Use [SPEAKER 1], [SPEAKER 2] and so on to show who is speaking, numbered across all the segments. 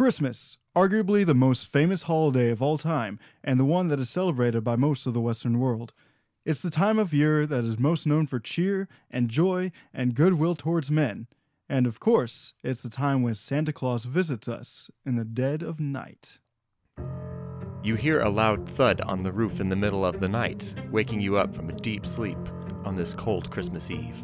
[SPEAKER 1] Christmas, arguably the most famous holiday of all time and the one that is celebrated by most of the Western world. It's the time of year that is most known for cheer and joy and goodwill towards men. And of course, it's the time when Santa Claus visits us in the dead of night.
[SPEAKER 2] You hear a loud thud on the roof in the middle of the night, waking you up from a deep sleep on this cold Christmas Eve.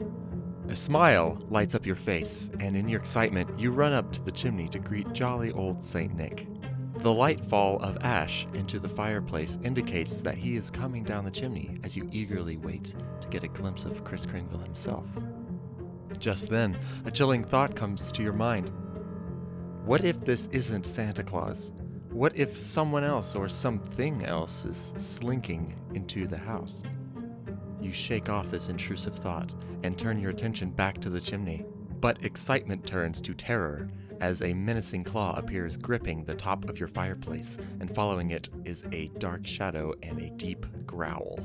[SPEAKER 2] A smile lights up your face, and in your excitement, you run up to the chimney to greet jolly old Saint Nick. The light fall of ash into the fireplace indicates that he is coming down the chimney as you eagerly wait to get a glimpse of Kris Kringle himself. Just then, a chilling thought comes to your mind. What if this isn't Santa Claus? What if someone else or something else is slinking into the house? You shake off this intrusive thought and turn your attention back to the chimney. But excitement turns to terror as a menacing claw appears gripping the top of your fireplace, and following it is a dark shadow and a deep growl.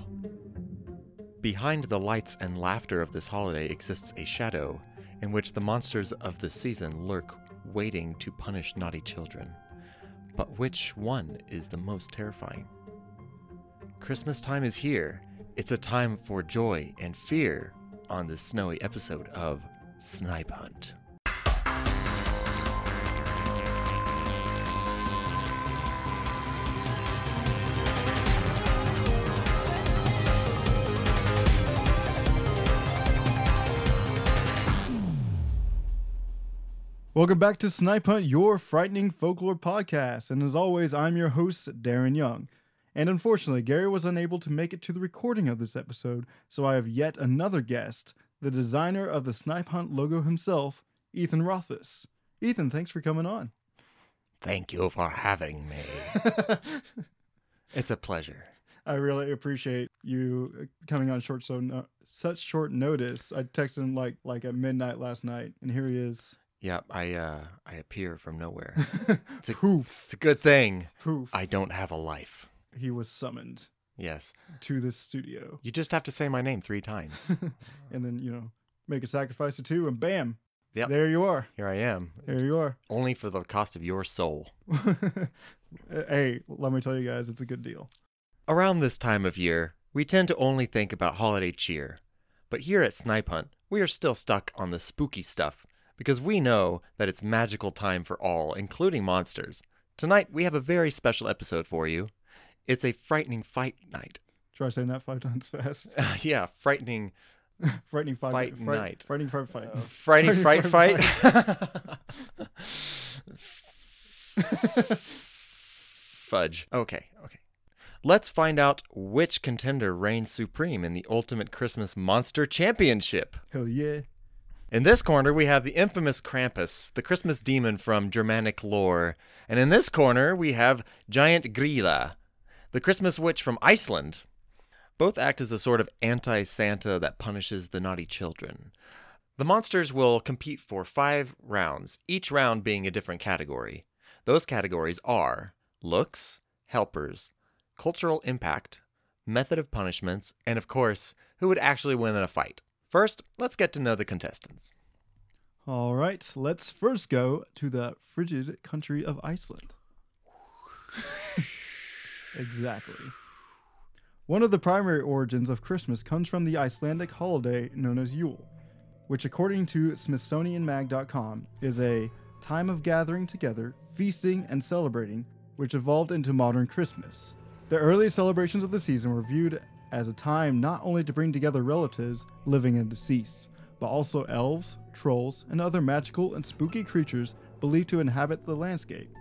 [SPEAKER 2] Behind the lights and laughter of this holiday exists a shadow in which the monsters of the season lurk, waiting to punish naughty children. But which one is the most terrifying? Christmas time is here. It's a time for joy and fear on this snowy episode of Snipe Hunt.
[SPEAKER 1] Welcome back to Snipe Hunt, your frightening folklore podcast. And as always, I'm your host, Darren Young. And unfortunately, Gary was unable to make it to the recording of this episode, so I have yet another guest, the designer of the Snipe Hunt logo himself, Ethan Rothfuss. Ethan, thanks for coming on.
[SPEAKER 2] Thank you for having me. it's a pleasure.
[SPEAKER 1] I really appreciate you uh, coming on short so no- such short notice. I texted him like like at midnight last night, and here he is.
[SPEAKER 2] Yep, I uh I appear from nowhere. a-
[SPEAKER 1] poof,
[SPEAKER 2] It's a good thing
[SPEAKER 1] poof.
[SPEAKER 2] I don't have a life.
[SPEAKER 1] he was summoned
[SPEAKER 2] Yes.
[SPEAKER 1] to this studio,
[SPEAKER 2] You just have to say my name 3 times.
[SPEAKER 1] and then you know make a sacrifice or two, and bam,
[SPEAKER 2] Yep.
[SPEAKER 1] there you are.
[SPEAKER 2] Here I am,
[SPEAKER 1] There you are.
[SPEAKER 2] only for the cost of your soul.
[SPEAKER 1] hey, let me tell you guys, it's a good deal.
[SPEAKER 2] Around this time of year, we tend to only think about holiday cheer. But here at Snipe Hunt, we are still stuck on the spooky stuff because we know that it's magical time for all, including monsters. Tonight, we have a very special episode for you. It's a frightening fight night.
[SPEAKER 1] Try saying that five times fast.
[SPEAKER 2] yeah, frightening,
[SPEAKER 1] frightening five
[SPEAKER 2] Fight
[SPEAKER 1] fright-
[SPEAKER 2] night.
[SPEAKER 1] Frightening five fight.
[SPEAKER 2] uh, frightening fright
[SPEAKER 1] Frightening
[SPEAKER 2] fight. Fudge. Okay, okay. Let's find out which contender reigns supreme in the Ultimate Christmas Monster Championship.
[SPEAKER 1] Hell yeah.
[SPEAKER 2] In this corner, we have the infamous Krampus, the Christmas demon from Germanic lore. And in this corner, we have Giant Grilla, the Christmas witch from Iceland. Both act as a sort of anti Santa that punishes the naughty children. The monsters will compete for five rounds, each round being a different category. Those categories are looks, helpers, cultural impact, method of punishments, and of course, who would actually win in a fight. First, let's get to know the contestants.
[SPEAKER 1] All right, let's first go to the frigid country of Iceland. exactly. One of the primary origins of Christmas comes from the Icelandic holiday known as Yule, which, according to SmithsonianMag.com, is a time of gathering together, feasting, and celebrating, which evolved into modern Christmas. The earliest celebrations of the season were viewed as a time not only to bring together relatives, living and deceased, but also elves, trolls, and other magical and spooky creatures believed to inhabit the landscape.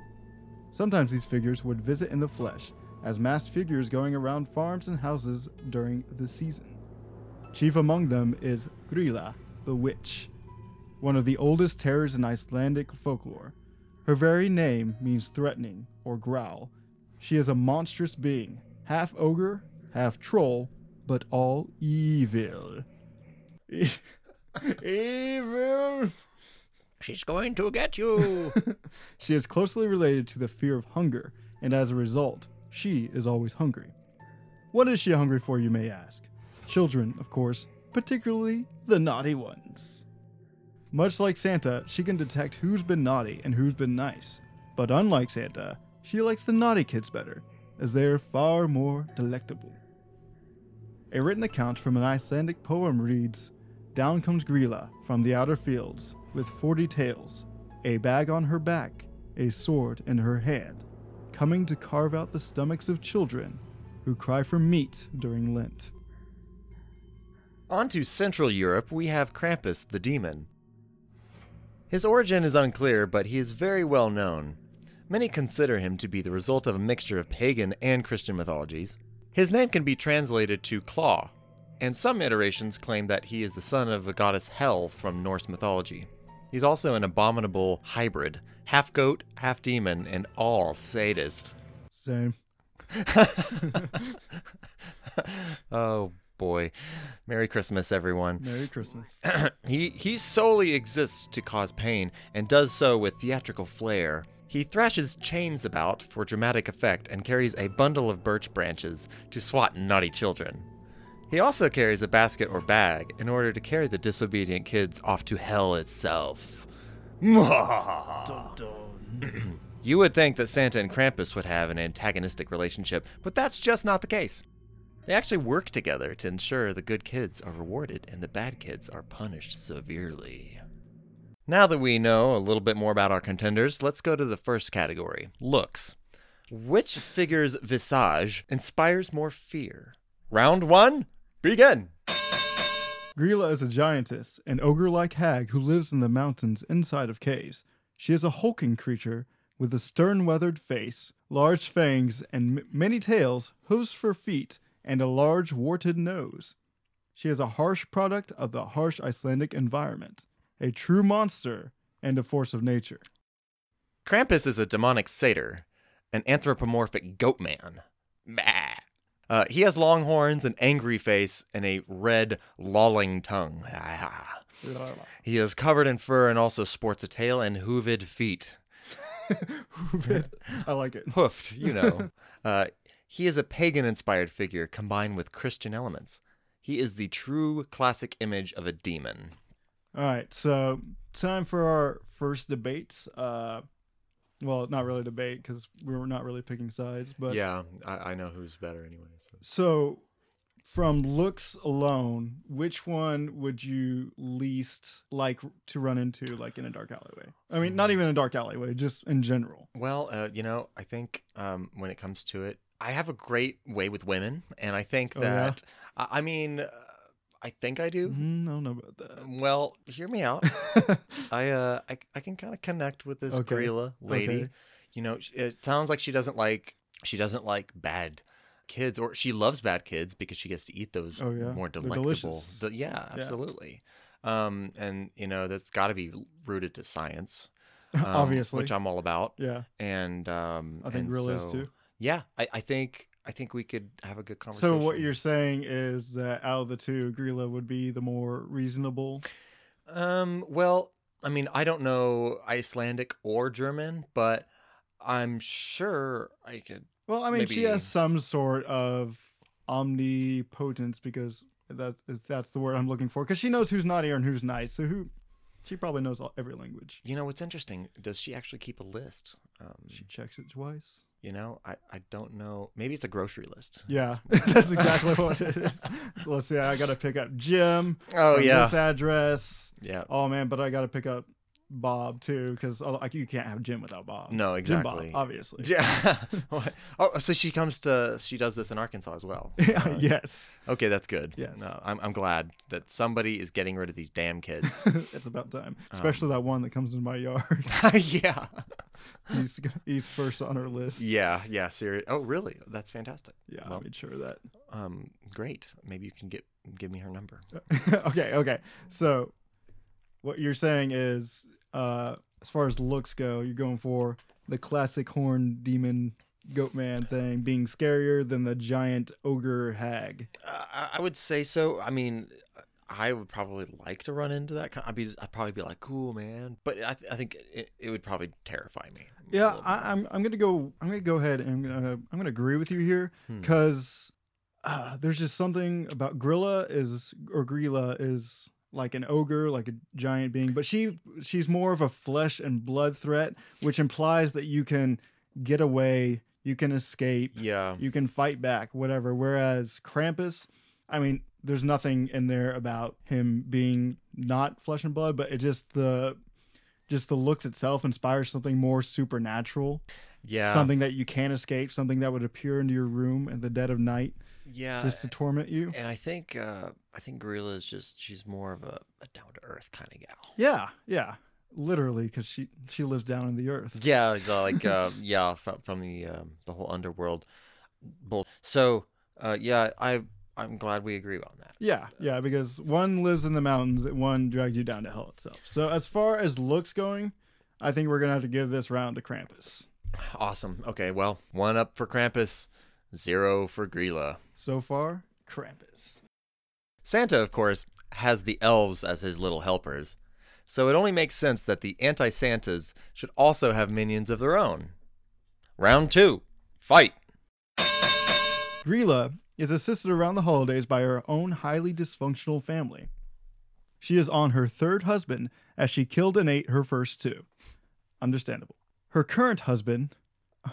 [SPEAKER 1] Sometimes these figures would visit in the flesh, as masked figures going around farms and houses during the season. Chief among them is Grilla, the witch, one of the oldest terrors in Icelandic folklore. Her very name means threatening or growl. She is a monstrous being, half ogre, half troll, but all evil. evil!
[SPEAKER 2] She's going to get you.
[SPEAKER 1] She is closely related to the fear of hunger, and as a result, she is always hungry. What is she hungry for, you may ask? Children, of course, particularly the naughty ones. Much like Santa, she can detect who's been naughty and who's been nice. But unlike Santa, she likes the naughty kids better, as they are far more delectable. A written account from an Icelandic poem reads Down comes Grela from the outer fields with forty tails, a bag on her back, a sword in her hand, coming to carve out the stomachs of children who cry for meat during Lent.
[SPEAKER 2] On to Central Europe, we have Krampus the demon. His origin is unclear, but he is very well known. Many consider him to be the result of a mixture of pagan and Christian mythologies. His name can be translated to Claw, and some iterations claim that he is the son of the goddess Hel from Norse mythology. He's also an abominable hybrid, half goat, half demon, and all sadist.
[SPEAKER 1] Same.
[SPEAKER 2] oh boy. Merry Christmas, everyone.
[SPEAKER 1] Merry Christmas.
[SPEAKER 2] he he solely exists to cause pain and does so with theatrical flair. He thrashes chains about for dramatic effect and carries a bundle of birch branches to swat naughty children. He also carries a basket or bag in order to carry the disobedient kids off to hell itself. you would think that Santa and Krampus would have an antagonistic relationship, but that's just not the case. They actually work together to ensure the good kids are rewarded and the bad kids are punished severely. Now that we know a little bit more about our contenders, let's go to the first category looks. Which figure's visage inspires more fear? Round one, begin!
[SPEAKER 1] Grela is a giantess, an ogre like hag who lives in the mountains inside of caves. She is a hulking creature with a stern weathered face, large fangs, and m- many tails, hooves for feet, and a large warted nose. She is a harsh product of the harsh Icelandic environment, a true monster, and a force of nature.
[SPEAKER 2] Krampus is a demonic satyr, an anthropomorphic goat man. Bah. Uh, he has long horns, an angry face, and a red, lolling tongue. Ah. He is covered in fur and also sports a tail and hooved feet.
[SPEAKER 1] I like it.
[SPEAKER 2] Hoofed, you know. uh, he is a pagan inspired figure combined with Christian elements. He is the true classic image of a demon.
[SPEAKER 1] All right, so time for our first debate. Uh, well, not really debate because we were not really picking sides, but
[SPEAKER 2] yeah, I, I know who's better anyway. so.
[SPEAKER 1] So, from looks alone, which one would you least like to run into, like in a dark alleyway? I mean,
[SPEAKER 2] Hmm.
[SPEAKER 1] not even a dark alleyway, just in general.
[SPEAKER 2] Well, uh, you know, I think um, when it comes to it, I have a great way with women, and I think
[SPEAKER 1] Oh, yeah?
[SPEAKER 2] that I, I mean, uh, I think I do.
[SPEAKER 1] Mm, I don't know about that.
[SPEAKER 2] Well, hear me out. I uh, I, I can kind of connect with this
[SPEAKER 1] Okay.
[SPEAKER 2] gorilla lady.
[SPEAKER 1] Okay.
[SPEAKER 2] You know, sh- it sounds like she doesn't like she doesn't like bad kids, or she loves bad kids because she gets to eat those
[SPEAKER 1] Oh, yeah.
[SPEAKER 2] more
[SPEAKER 1] They're
[SPEAKER 2] delectable.
[SPEAKER 1] delicious.
[SPEAKER 2] de- yeah, absolutely. Um, and you know that's got to be rooted to science, um,
[SPEAKER 1] Obviously.
[SPEAKER 2] which I'm all about.
[SPEAKER 1] yeah,
[SPEAKER 2] And um,
[SPEAKER 1] I think
[SPEAKER 2] and
[SPEAKER 1] real is
[SPEAKER 2] so-
[SPEAKER 1] too.
[SPEAKER 2] Yeah, I, I think I think we could have a good
[SPEAKER 1] So
[SPEAKER 2] conversation.
[SPEAKER 1] what you're saying is that out of the two, Grilla would be the more reasonable.
[SPEAKER 2] Um, well, I mean, I don't know Icelandic or German, but I'm sure I could.
[SPEAKER 1] Well, I mean, she
[SPEAKER 2] Maybe-
[SPEAKER 1] has some sort of omnipotence because that's if that's the word I'm looking for. Because she knows who's naughty and who's nice, so who she probably knows all, every language.
[SPEAKER 2] You know, what's interesting. Does she actually keep a list? Um,
[SPEAKER 1] She checks it twice.
[SPEAKER 2] you know, I, I don't know. Maybe it's a grocery list.
[SPEAKER 1] Yeah, that's exactly what it is. So let's see, I gotta pick up Jim.
[SPEAKER 2] Oh
[SPEAKER 1] from
[SPEAKER 2] yeah,
[SPEAKER 1] This address.
[SPEAKER 2] yeah.
[SPEAKER 1] Oh man, but I gotta pick up Bob too because like you can't have Jim without Bob.
[SPEAKER 2] No,
[SPEAKER 1] Jim
[SPEAKER 2] exactly.
[SPEAKER 1] Bob, obviously.
[SPEAKER 2] Yeah. What? oh, so she comes to. She does this in Arkansas as well. Uh,
[SPEAKER 1] yes,
[SPEAKER 2] Okay, that's good.
[SPEAKER 1] Yes.
[SPEAKER 2] No, I'm I'm glad that somebody is getting rid of these damn kids.
[SPEAKER 1] it's about time. Especially
[SPEAKER 2] Um.
[SPEAKER 1] that one that comes in my yard.
[SPEAKER 2] yeah.
[SPEAKER 1] he's he's first on our list.
[SPEAKER 2] Yeah. Yeah. Serious. Oh, really? That's fantastic.
[SPEAKER 1] Yeah, I
[SPEAKER 2] Well,
[SPEAKER 1] made sure of that.
[SPEAKER 2] Um, great. Maybe you can get give me her number.
[SPEAKER 1] okay, okay. So, what you're saying is, uh, as far as looks go, you're going for the classic horn demon goat man thing being scarier than the giant ogre hag.
[SPEAKER 2] Uh, I- I would say so. I mean, I would probably like to run into that. Kind I'd be, I'd probably be like, cool, man. But I, th- I think it, it would probably terrify me. a
[SPEAKER 1] Yeah,
[SPEAKER 2] little bit.
[SPEAKER 1] I, I'm. I'm gonna go. I'm gonna go ahead and I'm gonna, I'm gonna agree with you here
[SPEAKER 2] Hmm.
[SPEAKER 1] because uh, there's just something about Grilla is or Grilla is like an ogre, like a giant being, but she she's more of a flesh and blood threat, which implies that you can get away, you can escape,
[SPEAKER 2] Yeah.
[SPEAKER 1] you can fight back, whatever. Whereas Krampus, I mean, there's nothing in there about him being not flesh and blood, but it just the just the looks itself inspires something more supernatural,
[SPEAKER 2] Yeah.
[SPEAKER 1] something that you can't escape, something that would appear into your room in the dead of night
[SPEAKER 2] yeah.
[SPEAKER 1] just to torment you.
[SPEAKER 2] Uh, and I think uh, I think Gorilla is just she's more of a, a down to earth kind of gal.
[SPEAKER 1] Yeah, yeah, literally, because she she lives down in the earth.
[SPEAKER 2] Yeah, the, like uh, yeah, from from the um, the whole underworld. Bull. So uh, yeah, I I'm glad we agree on that.
[SPEAKER 1] Yeah, yeah, because one lives in the mountains, and one drags you down to hell itself. So as far as looks going, I think we're gonna have to give this round to Krampus.
[SPEAKER 2] Awesome. Okay, well, one up for Krampus, zero for Grilla.
[SPEAKER 1] So far, Krampus.
[SPEAKER 2] Santa, of course, has the elves as his little helpers, so it only makes sense that the anti Santas should also have minions of their own. Round two, fight.
[SPEAKER 1] Grilla is assisted around the holidays by her own highly dysfunctional family. She is on her third husband as she killed and ate her first two. Understandable. Her current husband,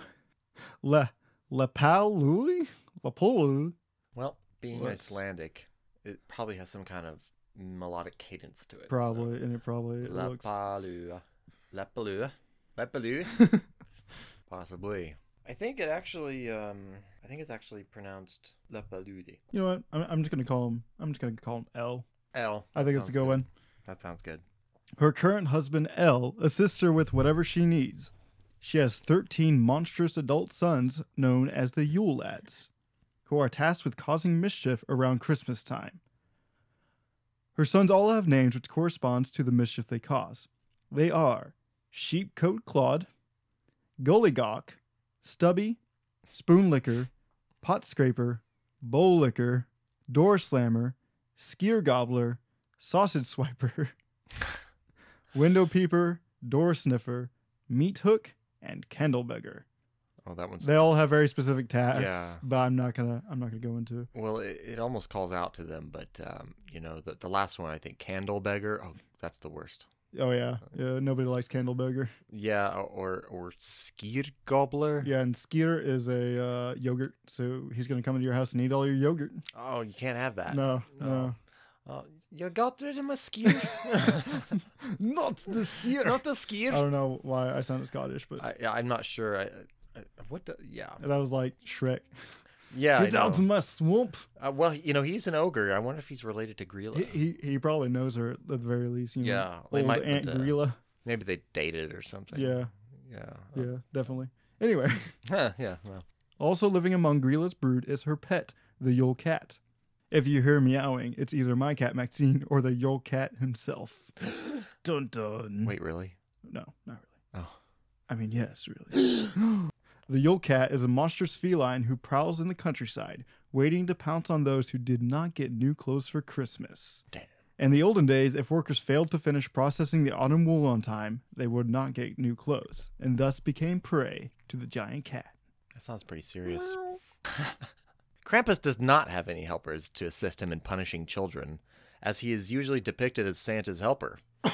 [SPEAKER 1] Le Lepalui, Lepalui,
[SPEAKER 2] Well, being
[SPEAKER 1] Whoops.
[SPEAKER 2] Icelandic, it probably has some kind of melodic cadence to it. so-
[SPEAKER 1] probably, and it probably
[SPEAKER 2] La
[SPEAKER 1] looks.
[SPEAKER 2] Palua. La Palua. La Palua. Possibly. I think it actually, um, I think it's actually pronounced La Paludi.
[SPEAKER 1] You know what? I'm, I'm just gonna call him. I'm just gonna call him L.
[SPEAKER 2] L.
[SPEAKER 1] I think it's a good one.
[SPEAKER 2] That sounds good.
[SPEAKER 1] Her current husband, L, assists her with whatever she needs. She has 13 monstrous adult sons known as the Yule Lads, who are tasked with causing mischief around Christmas time. Her sons all have names which corresponds to the mischief they cause. They are Sheepcoat Claude, Gullygock, Stubby, Spoonlicker, Pot Scraper, Bowl Licker, Door Slammer, Skier Gobbler, Sausage Swiper, Window Peeper, Door Sniffer, Meat Hook, and Candle Beggar.
[SPEAKER 2] Oh, that one's.
[SPEAKER 1] They all have very specific tasks,
[SPEAKER 2] Yeah.
[SPEAKER 1] but I'm not gonna I'm not gonna go into it.
[SPEAKER 2] well, it, it almost calls out to them, but um, you know, the, the last one I think, Candle Beggar. Oh, that's the worst.
[SPEAKER 1] Oh yeah. Yeah, nobody likes Candle Beggar.
[SPEAKER 2] Yeah, or or Skier Gobbler.
[SPEAKER 1] Yeah, and Skeeter is a uh, yogurt, so he's gonna come into your house and eat all your yogurt.
[SPEAKER 2] Oh, you can't have that.
[SPEAKER 1] No, no.
[SPEAKER 2] no. Oh, you got rid of my Skier.
[SPEAKER 1] Not the Oh. Skeeter.
[SPEAKER 2] Not the Skier.
[SPEAKER 1] I don't know why I sounded Scottish, but
[SPEAKER 2] I, yeah, I'm not sure. I, I what? The, yeah,
[SPEAKER 1] that was like Shrek.
[SPEAKER 2] yeah. I
[SPEAKER 1] Get out of
[SPEAKER 2] know.
[SPEAKER 1] my swamp.
[SPEAKER 2] Uh, well, you know, he's an ogre. I wonder if he's related to Grilla.
[SPEAKER 1] He, he he probably knows her at the very least. You know,
[SPEAKER 2] yeah, they
[SPEAKER 1] old
[SPEAKER 2] might.
[SPEAKER 1] Aunt
[SPEAKER 2] but, uh,
[SPEAKER 1] Grilla.
[SPEAKER 2] maybe they dated or something.
[SPEAKER 1] Yeah,
[SPEAKER 2] yeah,
[SPEAKER 1] yeah, definitely. Anyway,
[SPEAKER 2] Huh, yeah. Well,
[SPEAKER 1] also living among Grilla's brood is her pet, the Yule Cat. If you hear meowing, it's either my cat Maxine or the Yule Cat himself. dun dun.
[SPEAKER 2] wait, really?
[SPEAKER 1] No, not really.
[SPEAKER 2] Oh.
[SPEAKER 1] I mean, yes, really. the Yule Cat is a monstrous feline who prowls in the countryside, waiting to pounce on those who did not get new clothes for Christmas.
[SPEAKER 2] Damn.
[SPEAKER 1] In the olden days, if workers failed to finish processing the autumn wool on time, they would not get new clothes, and thus became prey to the giant cat.
[SPEAKER 2] That sounds pretty serious. Krampus does not have any helpers to assist him in punishing children, as he is usually depicted as Santa's helper.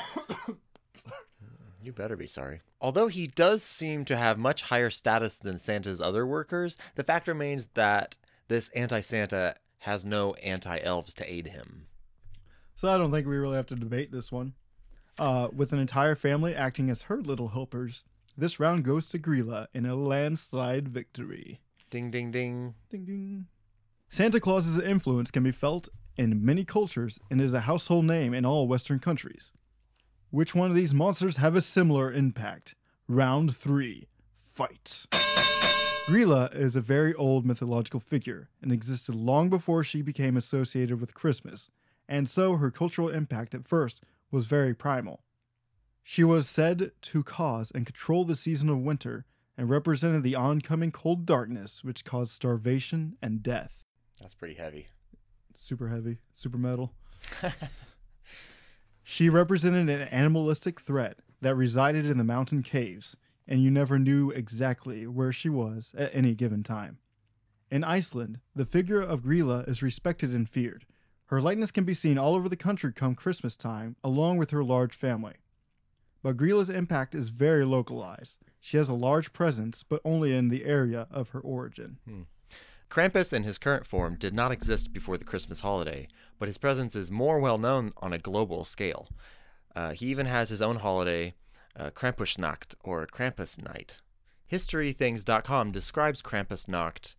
[SPEAKER 2] you better be sorry. Although he does seem to have much higher status than Santa's other workers, the fact remains that this anti Santa has no anti elves to aid him.
[SPEAKER 1] So I don't think we really have to debate this one. Uh, with an entire family acting as her little helpers, this round goes to Grilla in a landslide victory.
[SPEAKER 2] Ding, ding, ding.
[SPEAKER 1] Ding ding. Santa Claus's influence can be felt in many cultures and is a household name in all Western countries. Which one of these monsters have a similar impact? Round three, fight. Grilla is a very old mythological figure and existed long before she became associated with Christmas, and so her cultural impact at first was very primal. She was said to cause and control the season of winter and represented the oncoming cold darkness which caused starvation and death.
[SPEAKER 2] That's pretty heavy.
[SPEAKER 1] Super heavy, super metal. She represented an animalistic threat that resided in the mountain caves, and you never knew exactly where she was at any given time. In Iceland, the figure of Grilla is respected and feared. Her likeness can be seen all over the country come Christmas time, along with her large family. But Grila's impact is very localized. She has a large presence, but only in the area of her origin.
[SPEAKER 2] Krampus in his current form did not exist before the Christmas holiday, but his presence is more well known on a global scale. Uh, he even has his own holiday, uh, Krampusnacht or Krampus Night. HistoryThings.com describes Krampusnacht.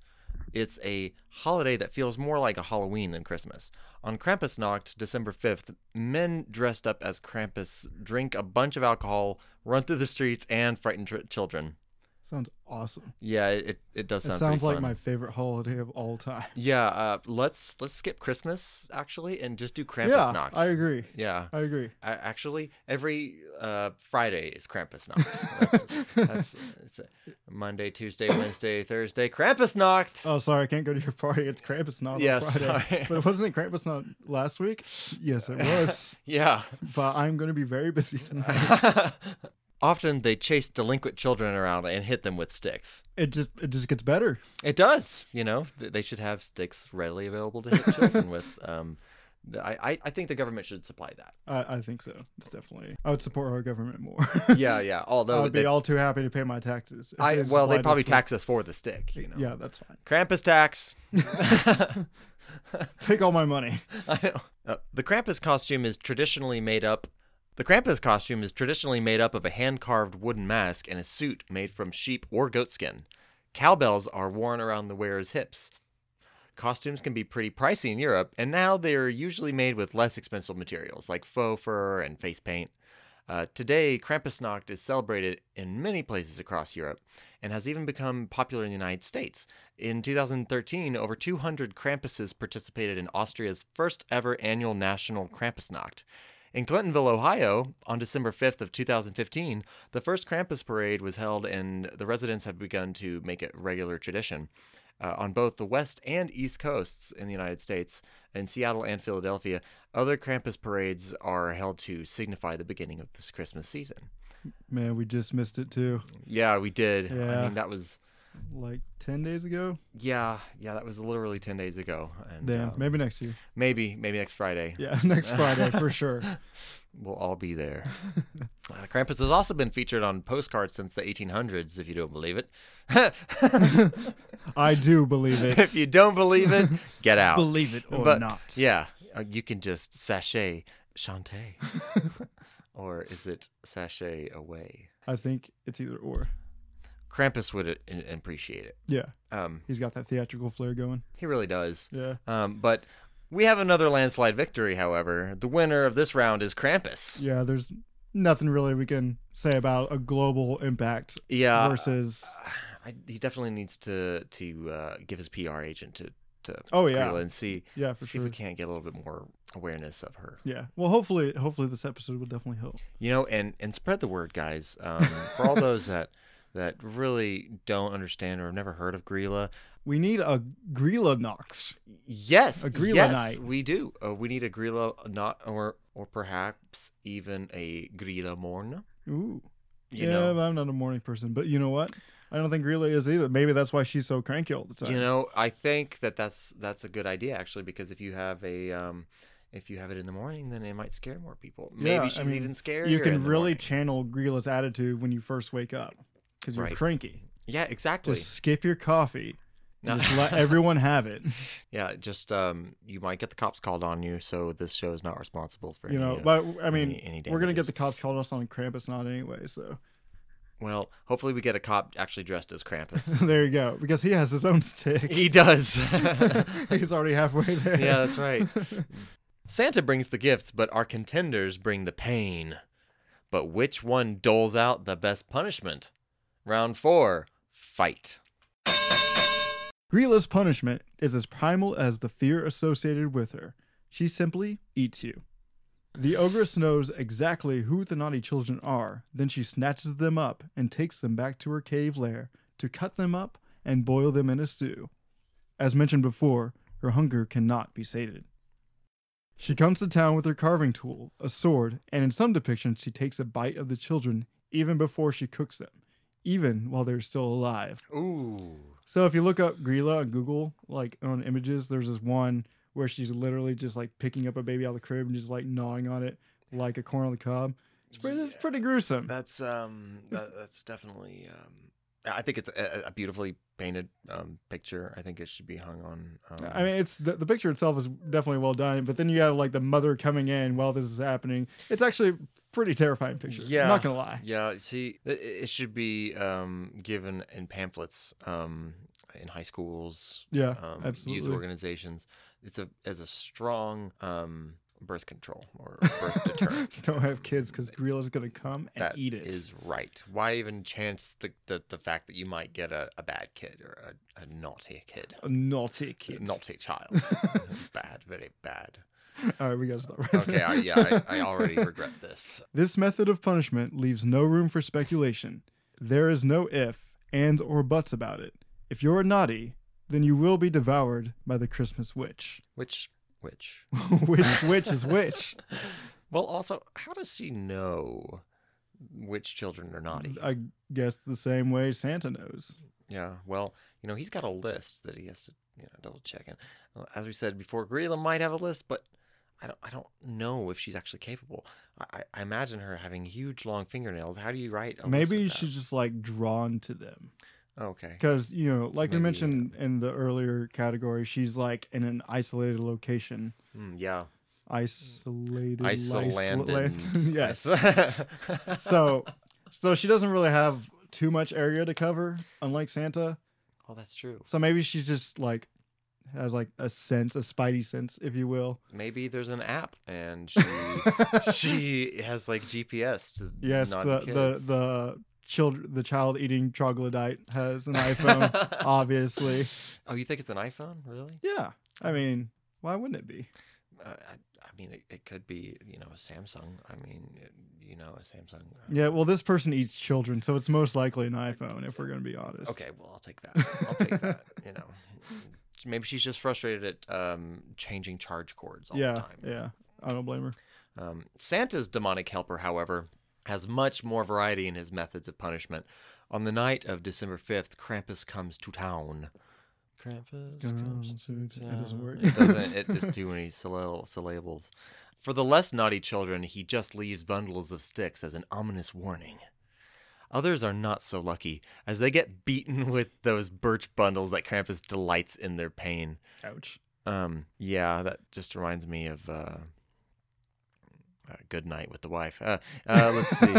[SPEAKER 2] It's a holiday that feels more like a Halloween than Christmas. On Krampusnacht, December 5th, men dressed up as Krampus drink a bunch of alcohol, run through the streets, and frighten tr- children.
[SPEAKER 1] Sounds awesome.
[SPEAKER 2] Yeah, it, it, it does sound
[SPEAKER 1] it sounds
[SPEAKER 2] pretty
[SPEAKER 1] like
[SPEAKER 2] fun.
[SPEAKER 1] my favorite holiday of all time.
[SPEAKER 2] Yeah, uh, let's let's skip Christmas actually and just do Krampus
[SPEAKER 1] yeah,
[SPEAKER 2] Knocked.
[SPEAKER 1] I agree.
[SPEAKER 2] Yeah,
[SPEAKER 1] I agree.
[SPEAKER 2] I, actually, every uh, Friday is Krampus Knocked. that's, that's, it's a Monday, Tuesday, Wednesday, Thursday, Krampus Knocked.
[SPEAKER 1] Oh, sorry, I can't go to your party. It's Krampus not
[SPEAKER 2] Yeah,
[SPEAKER 1] on Friday.
[SPEAKER 2] sorry.
[SPEAKER 1] But wasn't it Krampus not last week? Yes, it was.
[SPEAKER 2] Yeah.
[SPEAKER 1] but I'm going to be very busy tonight.
[SPEAKER 2] Often they chase delinquent children around and hit them with sticks.
[SPEAKER 1] It just it just gets better.
[SPEAKER 2] It does, you know. Th- They should have sticks readily available to hit children with. Um, th- I, I- I think the government should supply that.
[SPEAKER 1] I, I think so. It's definitely. I would support our government more.
[SPEAKER 2] Yeah, yeah.
[SPEAKER 1] I
[SPEAKER 2] Although
[SPEAKER 1] would be
[SPEAKER 2] they,
[SPEAKER 1] all too happy to pay my taxes. if
[SPEAKER 2] I, well, they
[SPEAKER 1] supplied
[SPEAKER 2] probably
[SPEAKER 1] us with-
[SPEAKER 2] tax us for the stick, you know.
[SPEAKER 1] Yeah, that's fine.
[SPEAKER 2] Krampus tax. I
[SPEAKER 1] Take all my money.
[SPEAKER 2] know. Uh, the Krampus costume is traditionally made up. The Krampus costume is traditionally made up of a hand-carved wooden mask and a suit made from sheep or goat skin. Cowbells are worn around the wearer's hips. Costumes can be pretty pricey in Europe, and now they are usually made with less expensive materials like faux fur and face paint. Uh, today, Krampusnacht is celebrated in many places across Europe and has even become popular in the United States. In 2013, over 200 Krampuses participated in Austria's first ever annual national Krampusnacht. In Clintonville, Ohio, on December 5th of 2015, the first Krampus parade was held and the residents have begun to make it regular tradition. Uh, on both the west and east coasts in the United States, in Seattle and Philadelphia, other Krampus parades are held to signify the beginning of this Christmas season.
[SPEAKER 1] Man, we just missed it too.
[SPEAKER 2] Yeah, we did. I
[SPEAKER 1] Yeah.
[SPEAKER 2] mean, that was
[SPEAKER 1] Like ten days ago.
[SPEAKER 2] yeah, yeah, that was literally ten days ago. And
[SPEAKER 1] Damn.
[SPEAKER 2] um,
[SPEAKER 1] Maybe next year.
[SPEAKER 2] maybe maybe next Friday
[SPEAKER 1] Yeah, next Friday for sure.
[SPEAKER 2] we'll all be there. uh, Krampus has also been featured on postcards since the 1800s. If you don't believe it,
[SPEAKER 1] I do believe it.
[SPEAKER 2] if you don't believe it, get out.
[SPEAKER 1] believe it or
[SPEAKER 2] but
[SPEAKER 1] not.
[SPEAKER 2] yeah, uh, you can just sachet chante, or is it sachet away?
[SPEAKER 1] I think it's either or.
[SPEAKER 2] Krampus would uh, in- appreciate it.
[SPEAKER 1] Yeah,
[SPEAKER 2] Um,
[SPEAKER 1] he's got that theatrical flair going.
[SPEAKER 2] he really does.
[SPEAKER 1] Yeah.
[SPEAKER 2] Um, but we have another landslide victory, however. The winner of this round is Krampus.
[SPEAKER 1] Yeah, there's nothing really we can say about a global impact
[SPEAKER 2] Yeah.
[SPEAKER 1] versus
[SPEAKER 2] I, he definitely needs to to uh, give his PR agent to to
[SPEAKER 1] Oh, yeah.
[SPEAKER 2] Grilla and see
[SPEAKER 1] yeah, for
[SPEAKER 2] see
[SPEAKER 1] sure.
[SPEAKER 2] if we can't get a little bit more awareness of her.
[SPEAKER 1] Yeah. Well, hopefully hopefully this episode will definitely help.
[SPEAKER 2] You know, and and spread the word, guys. Um, for all those that that really don't understand or have never heard of Grilla,
[SPEAKER 1] We need a Grilla Knox.
[SPEAKER 2] yes,
[SPEAKER 1] A Grilla
[SPEAKER 2] yes,
[SPEAKER 1] night.
[SPEAKER 2] we do. Uh, we need a Grilla not or or perhaps even a Grilla morn.
[SPEAKER 1] Ooh.
[SPEAKER 2] You
[SPEAKER 1] yeah,
[SPEAKER 2] know,
[SPEAKER 1] but I'm not a morning person, but you know what? I don't think Grilla is either. Maybe that's why she's so cranky all the time.
[SPEAKER 2] You know, I think that that's that's a good idea actually because if you have a um, if you have it in the morning, then it might scare more people. Maybe
[SPEAKER 1] Yeah, I
[SPEAKER 2] she's
[SPEAKER 1] mean,
[SPEAKER 2] even scarier.
[SPEAKER 1] you
[SPEAKER 2] in
[SPEAKER 1] can
[SPEAKER 2] the
[SPEAKER 1] really
[SPEAKER 2] morning.
[SPEAKER 1] channel Grilla's attitude when you first wake up because you're
[SPEAKER 2] Right.
[SPEAKER 1] cranky.
[SPEAKER 2] yeah, exactly.
[SPEAKER 1] Just skip your coffee.
[SPEAKER 2] No.
[SPEAKER 1] And just let everyone have it.
[SPEAKER 2] yeah, just um, you might get the cops called on you, so this show is not responsible for
[SPEAKER 1] You
[SPEAKER 2] any,
[SPEAKER 1] know,
[SPEAKER 2] uh,
[SPEAKER 1] but I mean,
[SPEAKER 2] any- any
[SPEAKER 1] we're gonna
[SPEAKER 2] damages.
[SPEAKER 1] get the cops called us on Krampus not anyway. So
[SPEAKER 2] well, hopefully we get a cop actually dressed as Krampus.
[SPEAKER 1] there you go, because he has his own stick.
[SPEAKER 2] he does.
[SPEAKER 1] He's already halfway there.
[SPEAKER 2] yeah, that's right. Santa brings the gifts, but our contenders bring the pain. But which one doles out the best punishment? Round four fight.
[SPEAKER 1] Grila's punishment is as primal as the fear associated with her. She simply eats you. The ogress knows exactly who the naughty children are, then she snatches them up and takes them back to her cave lair to cut them up and boil them in a stew. As mentioned before, her hunger cannot be sated. She comes to town with her carving tool, a sword, and in some depictions she takes a bite of the children even before she cooks them, even while they're still alive.
[SPEAKER 2] Ooh.
[SPEAKER 1] So if you look up Grilla on Google, like on images, there's this one where she's literally just like picking up a baby out of the crib and just like gnawing on it like a corn on the cob. It's pretty, it's
[SPEAKER 2] Yeah.
[SPEAKER 1] pretty gruesome.
[SPEAKER 2] That's um, that, that's definitely um, I think it's a, a beautifully painted um picture. I think it should be hung on. Um,
[SPEAKER 1] I mean, it's the, the picture itself is definitely well done, but then you have like the mother coming in while this is happening. It's actually a pretty terrifying picture.
[SPEAKER 2] Yeah.
[SPEAKER 1] not gonna lie.
[SPEAKER 2] yeah. See, it, it should be um given in pamphlets um in high schools,
[SPEAKER 1] Yeah,
[SPEAKER 2] um,
[SPEAKER 1] absolutely.
[SPEAKER 2] youth organizations. It's a as a strong um birth control or birth deterrent.
[SPEAKER 1] Don't have kids because Gorilla's gonna come and
[SPEAKER 2] That
[SPEAKER 1] eat it.
[SPEAKER 2] is right. Why even chance the, the, the fact that you might get a, a bad kid or a, a naughty kid?
[SPEAKER 1] a naughty kid.
[SPEAKER 2] Naughty child. bad, very bad.
[SPEAKER 1] All right, we gotta stop. Right
[SPEAKER 2] Okay,
[SPEAKER 1] there.
[SPEAKER 2] I, yeah, I, I already regret this.
[SPEAKER 1] This method of punishment leaves no room for speculation. There is no if, ands, or buts about it. If you're naughty, then you will be devoured by the Christmas witch.
[SPEAKER 2] Which, which?
[SPEAKER 1] which witch is which?
[SPEAKER 2] Well, also, how does she know which children are naughty?
[SPEAKER 1] I guess the same way Santa knows.
[SPEAKER 2] Yeah, well, you know, he's got a list that he has to, you know, double check. And uh, as we said before, Gorilla might have a list, but I don't, I don't know if she's actually capable. I, I, I imagine her having huge, long fingernails. How do you write? A list
[SPEAKER 1] Maybe
[SPEAKER 2] like that?
[SPEAKER 1] she's just like drawn to them.
[SPEAKER 2] Okay.
[SPEAKER 1] Because, you know, like we
[SPEAKER 2] Maybe,
[SPEAKER 1] mentioned in the earlier category, she's like in an isolated location.
[SPEAKER 2] Mm, yeah.
[SPEAKER 1] Isolated.
[SPEAKER 2] Isolanded.
[SPEAKER 1] isoland- yes. so so she doesn't really have too much area to cover unlike santa
[SPEAKER 2] oh, that's true.
[SPEAKER 1] so maybe she's just like has like a sense a spidey sense if you will
[SPEAKER 2] Maybe there's an app and she she has like GPS to
[SPEAKER 1] yes
[SPEAKER 2] naughty
[SPEAKER 1] the, the
[SPEAKER 2] kids.
[SPEAKER 1] the child the child eating troglodyte has an iphone obviously
[SPEAKER 2] Oh, you think it's an iPhone? Really?
[SPEAKER 1] yeah i mean why wouldn't it be
[SPEAKER 2] Uh, I, I mean, it, it could be you know a Samsung. I mean, it, you know a Samsung. uh,
[SPEAKER 1] yeah well this person eats children so it's most likely an iphone if we're gonna be honest
[SPEAKER 2] Okay, well I'll take that. I'll take that. You know, maybe she's just frustrated at um, changing charge cords all the
[SPEAKER 1] yeah
[SPEAKER 2] time.
[SPEAKER 1] yeah i don't blame her
[SPEAKER 2] Um, Santa's demonic helper, however, has much more variety in his methods of punishment. On the night of December 5th, Krampus comes to town. Krampus comes
[SPEAKER 1] Gone
[SPEAKER 2] to
[SPEAKER 1] to-
[SPEAKER 2] town.
[SPEAKER 1] it doesn't work.
[SPEAKER 2] It doesn't. It just too many syllab- syllables. For the less naughty children, he just leaves bundles of sticks as an ominous warning. Others are not so lucky, as they get beaten with those birch bundles that Krampus delights in their pain.
[SPEAKER 1] ouch
[SPEAKER 2] Um, yeah, that just reminds me of uh, uh, Good Night with the Wife. Uh, uh, let's see.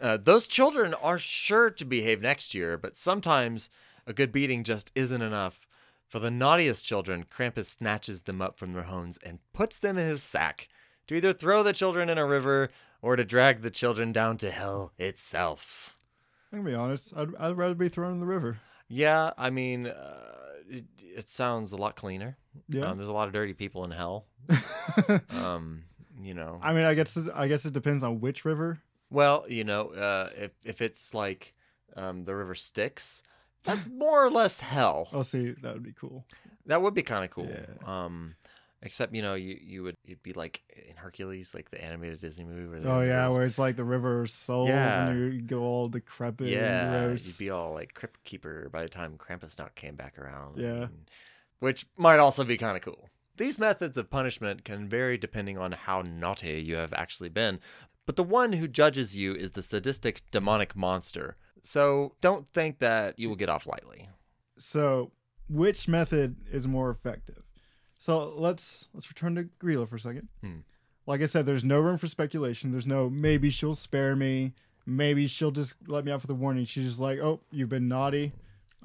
[SPEAKER 2] Uh, those children are sure to behave next year, but sometimes a good beating just isn't enough. For the naughtiest children, Krampus snatches them up from their homes and puts them in his sack to either throw the children in a river or to drag the children down to hell itself.
[SPEAKER 1] i'm gonna be honest i'd, I'd rather be thrown in the river
[SPEAKER 2] Yeah, I mean, uh, it, it sounds a lot cleaner.
[SPEAKER 1] yeah
[SPEAKER 2] Um, there's a lot of dirty people in hell. Um, you know,
[SPEAKER 1] I mean, I guess I guess it depends on which river.
[SPEAKER 2] Well, you know, uh, if if it's like um, the River Styx, that's more or less hell.
[SPEAKER 1] I'll see. That would be cool.
[SPEAKER 2] That would be kind of cool.
[SPEAKER 1] Oh. Yeah.
[SPEAKER 2] Um, except you know, you you would you'd be like in Hercules, like the animated Disney movie. Where
[SPEAKER 1] Oh
[SPEAKER 2] they're-
[SPEAKER 1] yeah, where it's like the river of souls
[SPEAKER 2] Yeah.
[SPEAKER 1] and you go all decrepit. and
[SPEAKER 2] yeah,
[SPEAKER 1] gross.
[SPEAKER 2] you'd be all like Crypt Keeper by the time Krampus not came back around.
[SPEAKER 1] Yeah.
[SPEAKER 2] and- which might also be kind of cool. These methods of punishment can vary depending on how naughty you have actually been, but the one who judges you is the sadistic demonic monster. So don't think that you will get off lightly.
[SPEAKER 1] so, which method is more effective? So let's let's return to Grilla for a second.
[SPEAKER 2] Hmm.
[SPEAKER 1] Like I said, there's no room for speculation. There's no maybe she'll spare me. Maybe she'll just let me out for the warning. She's just like, oh, you've been naughty.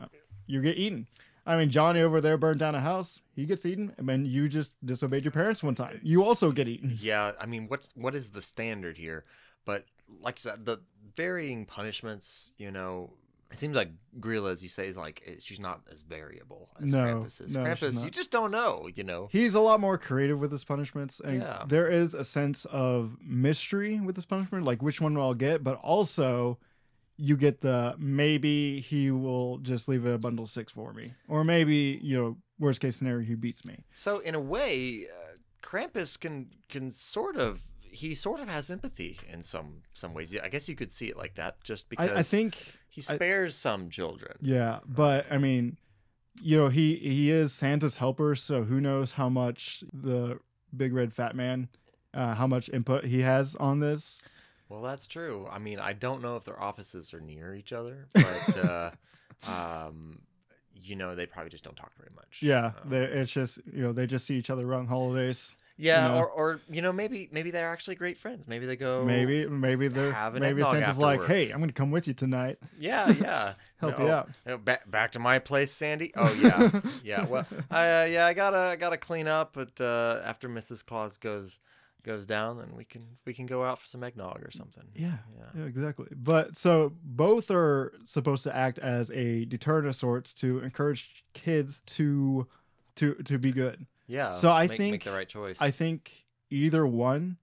[SPEAKER 1] Uh, You get eaten. I mean, Johnny over there burned down a house. He gets eaten, and then you just disobeyed your parents one time. You also get eaten.
[SPEAKER 2] Yeah, I mean, what's what is the standard here? But like you said, the varying punishments, you know, it seems like Grilla, as you say, is like eh, she's not as variable as
[SPEAKER 1] No,
[SPEAKER 2] Krampus is.
[SPEAKER 1] no, she's
[SPEAKER 2] Krampus, you
[SPEAKER 1] not.
[SPEAKER 2] just don't know, you know.
[SPEAKER 1] He's a lot more creative with his punishments, and
[SPEAKER 2] Yeah.
[SPEAKER 1] there is a sense of mystery with this punishment, like which one will I'll get, but also you get the maybe he will just leave a bundle six for me, or maybe you know worst case scenario he beats me.
[SPEAKER 2] So in a way, uh, Krampus can can sort of he sort of has empathy in some some ways. Yeah, I guess you could see it like that, just because
[SPEAKER 1] I, I think
[SPEAKER 2] he spares some children.
[SPEAKER 1] yeah, but I mean you know he he is santa's helper so who knows how much the big red fat man uh, how much input he has on this
[SPEAKER 2] Well, that's true. I mean, I don't know if their offices are near each other, but uh, um, you know, they probably just don't talk very much.
[SPEAKER 1] yeah
[SPEAKER 2] Um,
[SPEAKER 1] they, it's just you know they just see each other around holidays
[SPEAKER 2] yeah,
[SPEAKER 1] you know.
[SPEAKER 2] or or you know, maybe maybe they're actually great friends. Maybe they go
[SPEAKER 1] maybe maybe they're
[SPEAKER 2] have an
[SPEAKER 1] maybe
[SPEAKER 2] eggnog
[SPEAKER 1] santa's
[SPEAKER 2] after
[SPEAKER 1] like
[SPEAKER 2] work.
[SPEAKER 1] hey i'm gonna come with you tonight
[SPEAKER 2] Yeah, yeah.
[SPEAKER 1] help
[SPEAKER 2] No.
[SPEAKER 1] you out
[SPEAKER 2] Uh, ba- back to my place, Sandy. Oh yeah, yeah. Well, I uh, yeah, I gotta I gotta clean up, but uh, after Mrs. Claus goes goes down, then we can we can go out for some eggnog or something.
[SPEAKER 1] yeah
[SPEAKER 2] yeah.
[SPEAKER 1] Yeah, exactly. But so both are supposed to act as a deterrent of sorts to encourage kids to to to be good.
[SPEAKER 2] Yeah.
[SPEAKER 1] So I
[SPEAKER 2] make,
[SPEAKER 1] think-
[SPEAKER 2] make the right choice.
[SPEAKER 1] I think either one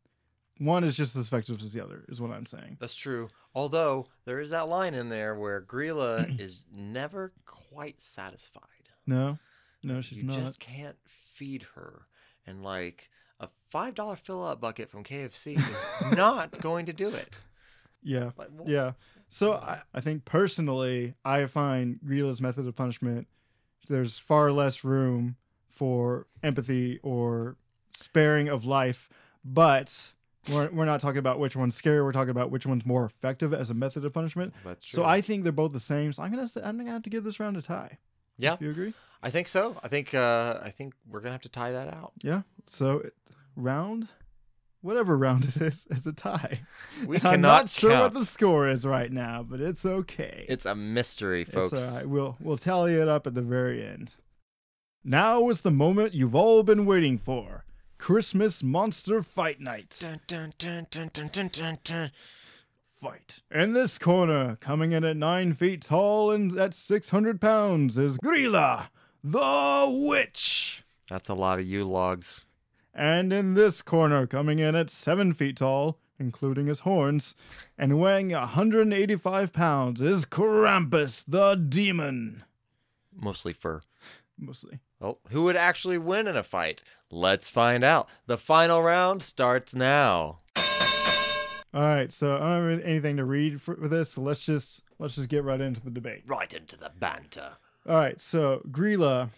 [SPEAKER 1] one is just as effective as the other is what I'm saying.
[SPEAKER 2] That's true. Although there is that line in there where Grilla is never quite satisfied.
[SPEAKER 1] No. No, she's
[SPEAKER 2] you
[SPEAKER 1] not.
[SPEAKER 2] just can't feed her, and like a five dollar fill up bucket from KFC is not going to do it.
[SPEAKER 1] Yeah.
[SPEAKER 2] Like, well,
[SPEAKER 1] Yeah. So I, I think personally I find Grila's method of punishment there's far less room for empathy or sparing of life, but we're, we're not talking about which one's scary. We're talking about which one's more effective as a method of punishment.
[SPEAKER 2] That's true.
[SPEAKER 1] So I think they're both the same. So I'm gonna say, I'm gonna have to give this round a tie.
[SPEAKER 2] Yeah.
[SPEAKER 1] If you agree?
[SPEAKER 2] I think so. I think uh, I think we're gonna have to tie that out.
[SPEAKER 1] Yeah. So it, round, whatever round it is, is a tie.
[SPEAKER 2] We
[SPEAKER 1] And
[SPEAKER 2] cannot
[SPEAKER 1] I'm not sure
[SPEAKER 2] count.
[SPEAKER 1] what the score is right now, but it's okay.
[SPEAKER 2] It's a mystery, folks.
[SPEAKER 1] It's all right. We'll we'll tally it up at the very end. Now is the moment you've all been waiting for. Christmas Monster Fight Night.
[SPEAKER 2] Dun, dun, dun, dun, dun, dun, dun, dun.
[SPEAKER 1] Fight. In this corner, coming in at 9 feet tall and at 600 pounds, is Grilla, the Witch.
[SPEAKER 2] That's a lot of U logs.
[SPEAKER 1] And in this corner, coming in at 7 feet tall, including his horns, and weighing 185 pounds, is Krampus, the Demon.
[SPEAKER 2] Mostly fur.
[SPEAKER 1] Mostly.
[SPEAKER 2] Oh, who would actually win in a fight? Let's find out. The final round starts now.
[SPEAKER 1] All right, so I don't have anything to read for, for this. So let's just let's just get right into the debate.
[SPEAKER 2] Right into the banter.
[SPEAKER 1] All right, so Grilla,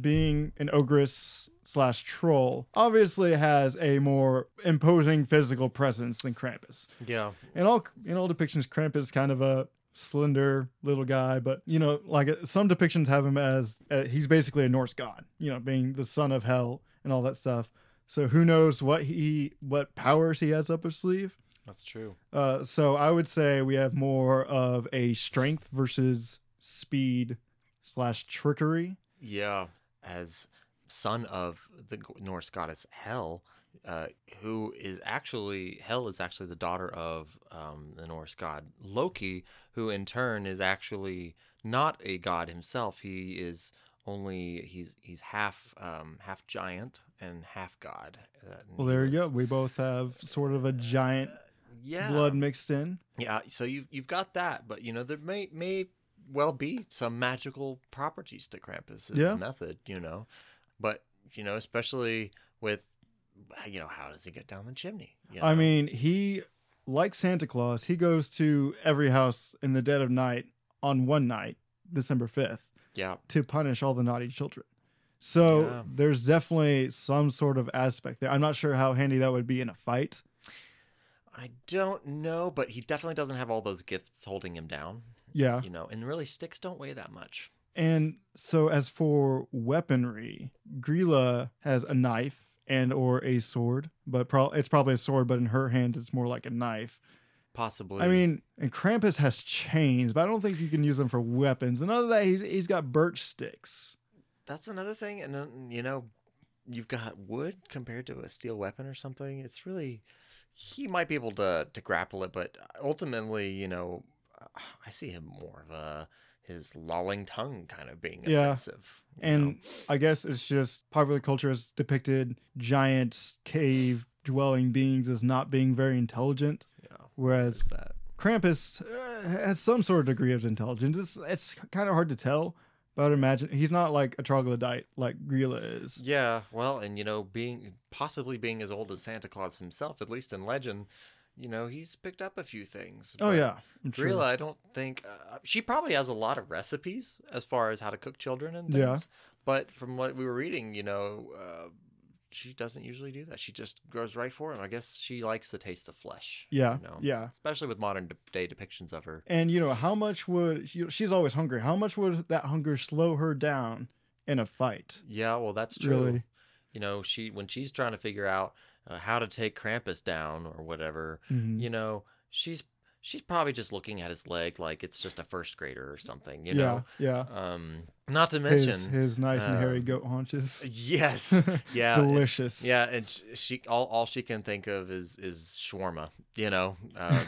[SPEAKER 1] being an ogress slash troll, obviously has a more imposing physical presence than Krampus.
[SPEAKER 2] Yeah.
[SPEAKER 1] In all in all depictions, Krampus kind of a slender little guy, but you know, like uh, some depictions have him as uh, he's basically a Norse god, you know, being the son of hell and all that stuff. So who knows what he what powers he has up his sleeve?
[SPEAKER 2] That's true.
[SPEAKER 1] Uh, so I would say we have more of a strength versus speed slash trickery.
[SPEAKER 2] Yeah. As son of the G- Norse goddess Hel, uh, who is actually, Hel is actually the daughter of um, the Norse god Loki, who in turn is actually not a god himself. He is only, he's he's half um, half giant and half god. Uh, and
[SPEAKER 1] Well,
[SPEAKER 2] he
[SPEAKER 1] there you go.
[SPEAKER 2] was-
[SPEAKER 1] We both have sort of a giant
[SPEAKER 2] Yeah.
[SPEAKER 1] blood mixed in.
[SPEAKER 2] Yeah, so you've you've got that, but you know there may may well be some magical properties to Krampus's
[SPEAKER 1] Yeah.
[SPEAKER 2] method, you know, but you know especially with uh, you know how does he get down the chimney? you
[SPEAKER 1] I
[SPEAKER 2] know?
[SPEAKER 1] mean, he like Santa Claus. He goes to every house in the dead of night on one night, December fifth,
[SPEAKER 2] yeah,
[SPEAKER 1] to punish all the naughty children. So
[SPEAKER 2] Yeah.
[SPEAKER 1] there's definitely some sort of aspect there. I'm not sure how handy that would be in a fight.
[SPEAKER 2] I don't know, but he definitely doesn't have all those gifts holding him down,
[SPEAKER 1] Yeah.
[SPEAKER 2] you know, and really sticks don't weigh that much.
[SPEAKER 1] And so as for weaponry, Grilla has a knife and or a sword, but pro- it's probably a sword, but in her hand it's more like a knife.
[SPEAKER 2] Possibly,
[SPEAKER 1] I mean, and Krampus has chains, but I don't think you can use them for weapons. And other than that, he's, he's got birch sticks.
[SPEAKER 2] that's another thing, and uh, you know you've got wood compared to a steel weapon or something. It's really he might be able to to grapple it, but ultimately, you know, I see him more of a his lolling tongue kind of being
[SPEAKER 1] Yeah.
[SPEAKER 2] offensive. you
[SPEAKER 1] And
[SPEAKER 2] know?
[SPEAKER 1] I guess it's just popular culture has depicted giant cave dwelling beings as not being very intelligent,
[SPEAKER 2] yeah,
[SPEAKER 1] whereas
[SPEAKER 2] there's that.
[SPEAKER 1] Krampus uh, has some sort of degree of intelligence. It's, it's kind of hard to tell, but I'd imagine he's not like a troglodyte like Grilla is.
[SPEAKER 2] Yeah, well, and you know, being possibly being as old as Santa Claus himself, at least in legend, you know, he's picked up a few things.
[SPEAKER 1] Oh
[SPEAKER 2] but
[SPEAKER 1] yeah, I'm sure.
[SPEAKER 2] Drila, I don't think uh, she probably has a lot of recipes as far as how to cook children and things.
[SPEAKER 1] Yeah.
[SPEAKER 2] But from what we were reading, you know, uh, she doesn't usually do that. She just goes right for him. I guess she likes the taste of flesh.
[SPEAKER 1] Yeah,
[SPEAKER 2] you know?
[SPEAKER 1] yeah.
[SPEAKER 2] Especially with modern de- day depictions of her.
[SPEAKER 1] And you know how much would she, she's always hungry? How much would that hunger slow her down in a fight?
[SPEAKER 2] Yeah, well, that's true.
[SPEAKER 1] Really?
[SPEAKER 2] You know, she when she's trying to figure out uh, how to take Krampus down or whatever,
[SPEAKER 1] Mhm.
[SPEAKER 2] you know, she's she's probably just looking at his leg like it's just a first grader or something. You
[SPEAKER 1] yeah,
[SPEAKER 2] know.
[SPEAKER 1] yeah.
[SPEAKER 2] Um. Not to mention.
[SPEAKER 1] His, his nice and hairy
[SPEAKER 2] um,
[SPEAKER 1] goat haunches,
[SPEAKER 2] Yes. Yeah. it-
[SPEAKER 1] delicious.
[SPEAKER 2] Yeah, and sh- she all, all she can think of is is shawarma, you know. Um,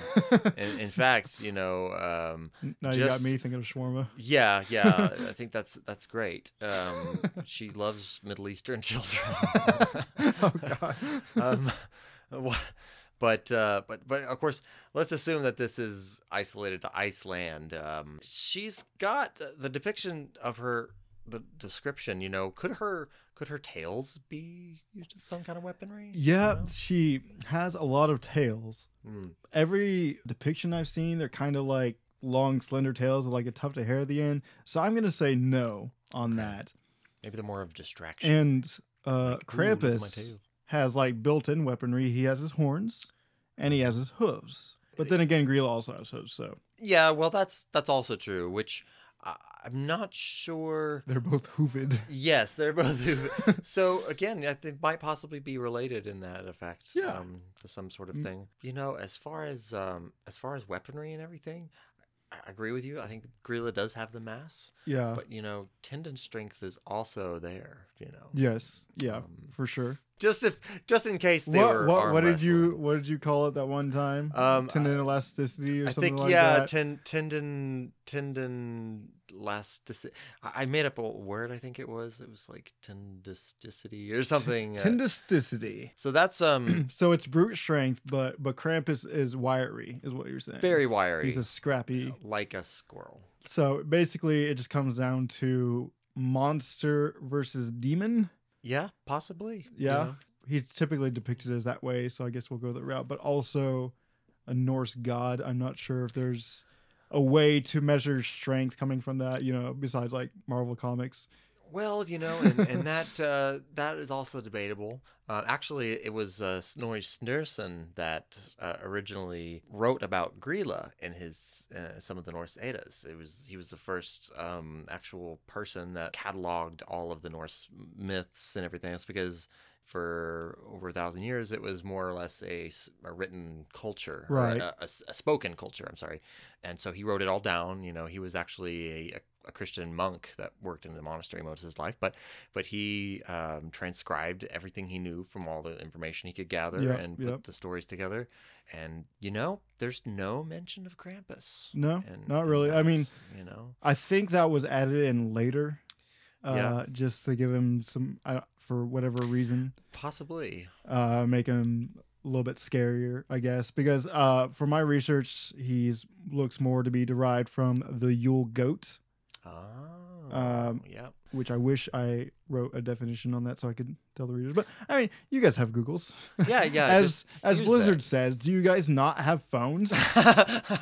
[SPEAKER 2] in, in fact, you know, um,
[SPEAKER 1] now you got
[SPEAKER 2] just-
[SPEAKER 1] me thinking of shawarma.
[SPEAKER 2] yeah, yeah, I think that's that's great. Um, she loves Middle Eastern children.
[SPEAKER 1] oh god.
[SPEAKER 2] um, wha- but uh, but but of course, let's assume that this is isolated to Iceland. Um, she's got uh, the depiction of her the description. You know, could her could her tails be used as some kind of weaponry?
[SPEAKER 1] yeah,
[SPEAKER 2] know?
[SPEAKER 1] she has a lot of tails.
[SPEAKER 2] Hmm.
[SPEAKER 1] Every depiction I've seen, they're kind of like long, slender tails with like a tuft of hair at the end. So I'm gonna say no on
[SPEAKER 2] Okay.
[SPEAKER 1] that.
[SPEAKER 2] Maybe the more of a distraction.
[SPEAKER 1] And uh,
[SPEAKER 2] Like, "Ooh, look at my
[SPEAKER 1] Krampus
[SPEAKER 2] tail."
[SPEAKER 1] has like built-in weaponry. He has his horns, and he has his hooves. But then again, Grilla also has hooves, so
[SPEAKER 2] Yeah, well, that's that's also true. Which I, I'm not sure.
[SPEAKER 1] they're both hooved.
[SPEAKER 2] Yes, they're both. so again, I think might possibly be related in that effect.
[SPEAKER 1] Yeah.
[SPEAKER 2] um, to some sort of
[SPEAKER 1] Mm.
[SPEAKER 2] thing. You know, as far as um, as far as weaponry and everything, I, I agree with you. I think Grilla does have the mass,
[SPEAKER 1] Yeah.
[SPEAKER 2] but you know, tendon strength is also there. You know.
[SPEAKER 1] yes. Yeah.
[SPEAKER 2] Um,
[SPEAKER 1] for sure.
[SPEAKER 2] Just if, just in case they
[SPEAKER 1] What
[SPEAKER 2] were.
[SPEAKER 1] what,
[SPEAKER 2] arm
[SPEAKER 1] what did you
[SPEAKER 2] wrestling.
[SPEAKER 1] what did you call it that one time?
[SPEAKER 2] Um,
[SPEAKER 1] Tendon elasticity or
[SPEAKER 2] I
[SPEAKER 1] something
[SPEAKER 2] think
[SPEAKER 1] like
[SPEAKER 2] yeah,
[SPEAKER 1] that.
[SPEAKER 2] ten, tendon tendon elasticity. I I made up a word. I think it was. It was like tendisticity or something. uh,
[SPEAKER 1] Tendisticity.
[SPEAKER 2] so that's um
[SPEAKER 1] So it's brute strength, but but Krampus is wiry, is what you're saying.
[SPEAKER 2] very wiry,
[SPEAKER 1] He's a scrappy.
[SPEAKER 2] like a squirrel.
[SPEAKER 1] So basically, it just comes down to monster versus demon.
[SPEAKER 2] Yeah, possibly. you
[SPEAKER 1] Yeah.
[SPEAKER 2] know?
[SPEAKER 1] He's typically depicted as that way, so I guess we'll go that route. But also, a Norse god. I'm not sure if there's a way to measure strength coming from that. You know, besides like Marvel comics.
[SPEAKER 2] Well, you know, and, and that uh, that is also debatable. Uh, actually, it was uh, Snorri Sturluson that uh, originally wrote about Grilla in his uh, some of the Norse Eddas. It was he was the first um, actual person that cataloged all of the Norse myths and everything else because. For over a thousand years, it was more or less a, s- a written culture, or
[SPEAKER 1] Right.
[SPEAKER 2] A, a s- a spoken culture. I'm sorry, and so he wrote it all down. You know, he was actually a, a, a Christian monk that worked in the monastery most of his life, but but he um, transcribed everything he knew from all the information he could gather
[SPEAKER 1] Yep,
[SPEAKER 2] and put
[SPEAKER 1] yep.
[SPEAKER 2] the stories together. And you know, there's no mention of Krampus.
[SPEAKER 1] No,
[SPEAKER 2] in-
[SPEAKER 1] not
[SPEAKER 2] in
[SPEAKER 1] really. I
[SPEAKER 2] that,
[SPEAKER 1] mean,
[SPEAKER 2] you know,
[SPEAKER 1] I think that was added in later, uh,
[SPEAKER 2] Yeah.
[SPEAKER 1] just to give him some I don't- for whatever reason,
[SPEAKER 2] possibly.
[SPEAKER 1] uh, make him a little bit scarier, I guess. Because uh, for my research, he's looks more to be derived from the Yule goat,
[SPEAKER 2] Oh,
[SPEAKER 1] Um,
[SPEAKER 2] yeah.
[SPEAKER 1] which I wish I wrote a definition on that so I could tell the readers. But I mean, you guys have Googles,
[SPEAKER 2] Yeah, yeah.
[SPEAKER 1] as as
[SPEAKER 2] use
[SPEAKER 1] Blizzard
[SPEAKER 2] that.
[SPEAKER 1] says. Do you guys not have phones?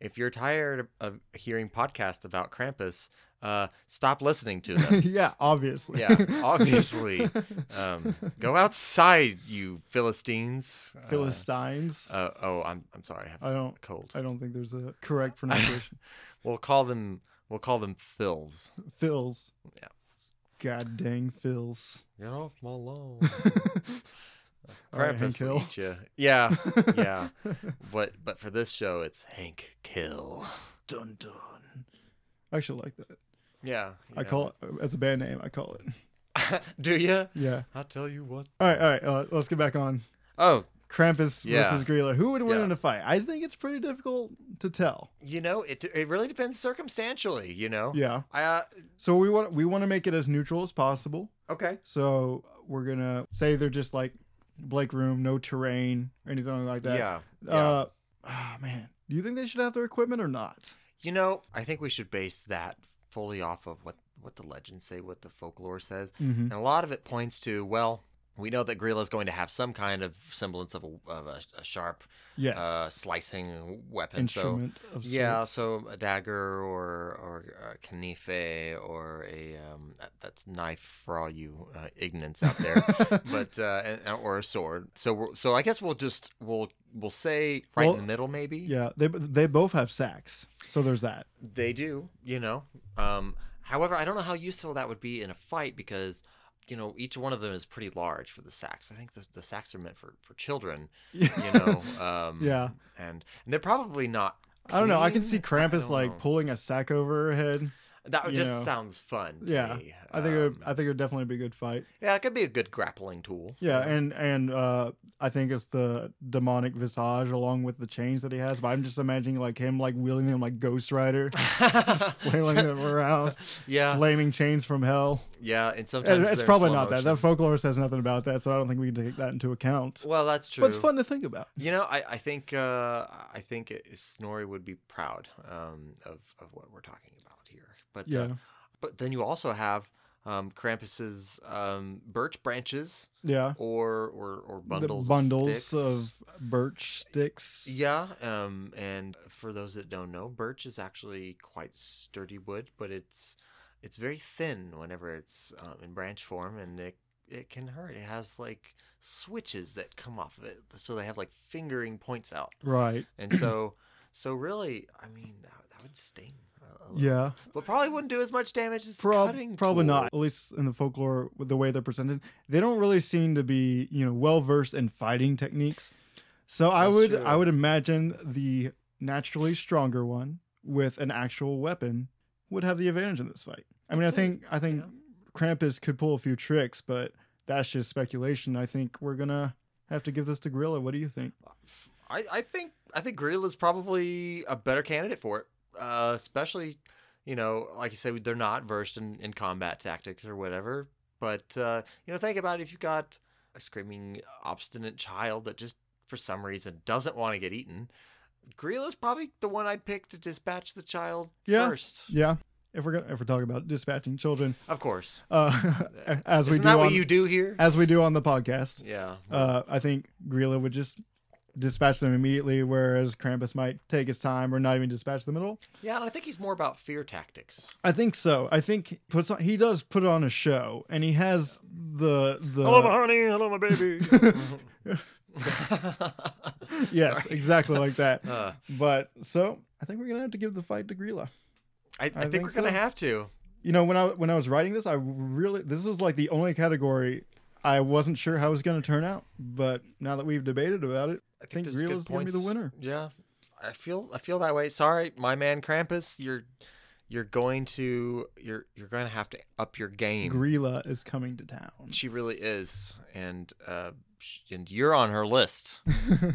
[SPEAKER 2] if you're tired of hearing podcasts about Krampus, uh, stop listening to them.
[SPEAKER 1] yeah, obviously.
[SPEAKER 2] Yeah, obviously. Um, go outside, you Philistines. Uh,
[SPEAKER 1] Philistines.
[SPEAKER 2] Uh, oh, I'm I'm sorry. I have
[SPEAKER 1] I don't.
[SPEAKER 2] a cold.
[SPEAKER 1] I don't think there's a correct pronunciation.
[SPEAKER 2] We'll call them we'll call them Phils.
[SPEAKER 1] Phils.
[SPEAKER 2] Yeah.
[SPEAKER 1] God dang Phils.
[SPEAKER 2] Get off my lawn.
[SPEAKER 1] All right, Hank
[SPEAKER 2] Krampus will
[SPEAKER 1] Hill.
[SPEAKER 2] eat ya. Yeah, yeah. but but for this show, it's Hank Kill.
[SPEAKER 1] Dun dun. I actually like that.
[SPEAKER 2] Yeah, you
[SPEAKER 1] I
[SPEAKER 2] know.
[SPEAKER 1] call it as a band name. I call it.
[SPEAKER 2] Do you?
[SPEAKER 1] Yeah.
[SPEAKER 2] I tell you what.
[SPEAKER 1] All right. All right. Uh, let's get back on
[SPEAKER 2] Oh,
[SPEAKER 1] Krampus
[SPEAKER 2] Yeah.
[SPEAKER 1] versus Grilla. Who would win
[SPEAKER 2] Yeah.
[SPEAKER 1] in a fight? I think it's pretty difficult to tell.
[SPEAKER 2] you know it. It really depends circumstantially. You know.
[SPEAKER 1] Yeah.
[SPEAKER 2] I uh,
[SPEAKER 1] So we want we want to make it as neutral as possible.
[SPEAKER 2] okay.
[SPEAKER 1] So we're gonna say they're just like Blake Room, no terrain or anything like that.
[SPEAKER 2] yeah. yeah.
[SPEAKER 1] Uh, ah, man. Do you think they should have their equipment or not?
[SPEAKER 2] You know, I think we should base that fully off of what what the legends say, what the folklore says,
[SPEAKER 1] Mm-hmm.
[SPEAKER 2] and a lot of it points to well, We know that Grilla is going to have some kind of semblance of a, of a, a sharp
[SPEAKER 1] Yes.
[SPEAKER 2] uh, slicing weapon.
[SPEAKER 1] Instrument
[SPEAKER 2] so
[SPEAKER 1] of
[SPEAKER 2] yeah,
[SPEAKER 1] sorts.
[SPEAKER 2] so a dagger or or a canife or a um, that- that's knife for all you uh, ignorants out there, but uh, and- or a sword. So we're, so I guess we'll just we'll we'll say right in
[SPEAKER 1] Well,
[SPEAKER 2] the middle maybe.
[SPEAKER 1] Yeah, they they both have sacks, so there's that.
[SPEAKER 2] They do, you know. Um, however, I don't know how useful that would be in a fight because, you know, each one of them is pretty large for the sacks. I think the, the sacks are meant for, for children, you know. Um,
[SPEAKER 1] Yeah.
[SPEAKER 2] And, and they're probably not.
[SPEAKER 1] I don't know. I can
[SPEAKER 2] clean.
[SPEAKER 1] see Krampus
[SPEAKER 2] Hmm. don't
[SPEAKER 1] like
[SPEAKER 2] know.
[SPEAKER 1] pulling a sack over her head.
[SPEAKER 2] That
[SPEAKER 1] you
[SPEAKER 2] just
[SPEAKER 1] know.
[SPEAKER 2] sounds fun. to
[SPEAKER 1] Yeah,
[SPEAKER 2] me.
[SPEAKER 1] I think it would,
[SPEAKER 2] Um,
[SPEAKER 1] I think it would definitely be a good fight.
[SPEAKER 2] yeah, it could be a good grappling tool.
[SPEAKER 1] Yeah, and and uh, I think it's the demonic visage along with the chains that he has. But I'm just imagining like him like wielding them like Ghost Rider, just flailing them around,
[SPEAKER 2] yeah,
[SPEAKER 1] flaming chains from hell.
[SPEAKER 2] yeah, and sometimes
[SPEAKER 1] And it's
[SPEAKER 2] they're
[SPEAKER 1] probably
[SPEAKER 2] slow
[SPEAKER 1] not that.
[SPEAKER 2] motion.
[SPEAKER 1] That folklore says nothing about that, so I don't think we can take that into account.
[SPEAKER 2] well, that's true.
[SPEAKER 1] But it's fun to think about.
[SPEAKER 2] You know, I, I think uh, I think it- Snorri would be proud um, of of what we're talking about here. But
[SPEAKER 1] Yeah,
[SPEAKER 2] uh, but then you also have um, Krampus's um, birch branches
[SPEAKER 1] yeah.
[SPEAKER 2] or or, or bundles
[SPEAKER 1] the bundles
[SPEAKER 2] of, sticks.
[SPEAKER 1] of birch sticks.
[SPEAKER 2] yeah. Um, and for those that don't know, birch is actually quite sturdy wood, but it's it's very thin whenever it's um, in branch form, and it it can hurt. It has like switches that come off of it, so they have like fingering points out.
[SPEAKER 1] Right.
[SPEAKER 2] And so, so really, I mean, that, that would sting. A, a little.
[SPEAKER 1] Yeah.
[SPEAKER 2] But probably wouldn't do as much damage as
[SPEAKER 1] Prob-
[SPEAKER 2] cutting.
[SPEAKER 1] probably
[SPEAKER 2] tool.
[SPEAKER 1] not. At least in the folklore, with the way they're presented, they don't really seem to be you know well versed in fighting techniques. So I
[SPEAKER 2] That's
[SPEAKER 1] would
[SPEAKER 2] true.
[SPEAKER 1] I would imagine the naturally stronger one with an actual weapon would have the advantage in this fight. I mean, I
[SPEAKER 2] That's it,
[SPEAKER 1] think I think
[SPEAKER 2] know?
[SPEAKER 1] Krampus could pull a few tricks, but that's just speculation. I think we're gonna have to give this to Gorilla. What do you think?
[SPEAKER 2] I, I think I think Grill is probably a better candidate for it, uh, especially, you know, like you said, they're not versed in, in combat tactics or whatever. But uh, you know, think about if you got a screaming, obstinate child that just for some reason doesn't want to get eaten. Grill is probably the one I'd pick to dispatch the child
[SPEAKER 1] Yeah.
[SPEAKER 2] first.
[SPEAKER 1] Yeah, if we're gonna if we're talking about dispatching children,
[SPEAKER 2] Of course.
[SPEAKER 1] uh, as we
[SPEAKER 2] Isn't
[SPEAKER 1] do
[SPEAKER 2] that
[SPEAKER 1] on,
[SPEAKER 2] what you do here?
[SPEAKER 1] as we do on the podcast.
[SPEAKER 2] Yeah.
[SPEAKER 1] uh, I think Grilla would just dispatch them immediately, whereas Krampus might take his time or not even dispatch them at all.
[SPEAKER 2] yeah, and I think he's more about fear tactics.
[SPEAKER 1] I think so. I think he puts on, he does put on a show, and he has the the
[SPEAKER 2] honey. Hello, my baby.
[SPEAKER 1] yes, exactly like that.
[SPEAKER 2] uh,
[SPEAKER 1] But so I think we're gonna have to give the fight to Grilla.
[SPEAKER 2] I, I, think,
[SPEAKER 1] think
[SPEAKER 2] we're gonna
[SPEAKER 1] so.
[SPEAKER 2] have to.
[SPEAKER 1] You know, when I when I was writing this, I really this was like the only category I wasn't sure how it was gonna turn out. But now that we've debated about it, I think,
[SPEAKER 2] there's good
[SPEAKER 1] Grilla's gonna be the
[SPEAKER 2] points.
[SPEAKER 1] winner.
[SPEAKER 2] Yeah, I feel I feel that way. Sorry, my man Krampus, you're you're going to you're you're going to have to up your game.
[SPEAKER 1] Grilla is coming to town.
[SPEAKER 2] She really is, and uh, sh- and you're on her list.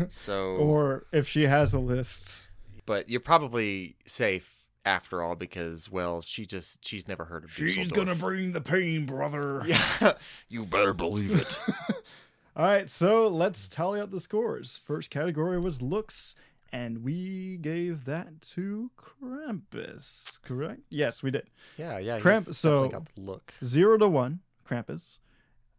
[SPEAKER 2] So,
[SPEAKER 1] or if she has the lists.
[SPEAKER 2] but you're probably safe after all because well, she just she's never heard of. Dusseldorf.
[SPEAKER 1] bring the pain, brother.
[SPEAKER 2] Yeah, you better believe it.
[SPEAKER 1] All right, so let's tally up the scores. First category was looks, and we gave that to Krampus, correct? Yes, we did.
[SPEAKER 2] Yeah, yeah. he's
[SPEAKER 1] Cramp-
[SPEAKER 2] definitely
[SPEAKER 1] so-
[SPEAKER 2] got the look.
[SPEAKER 1] Zero to one, Krampus.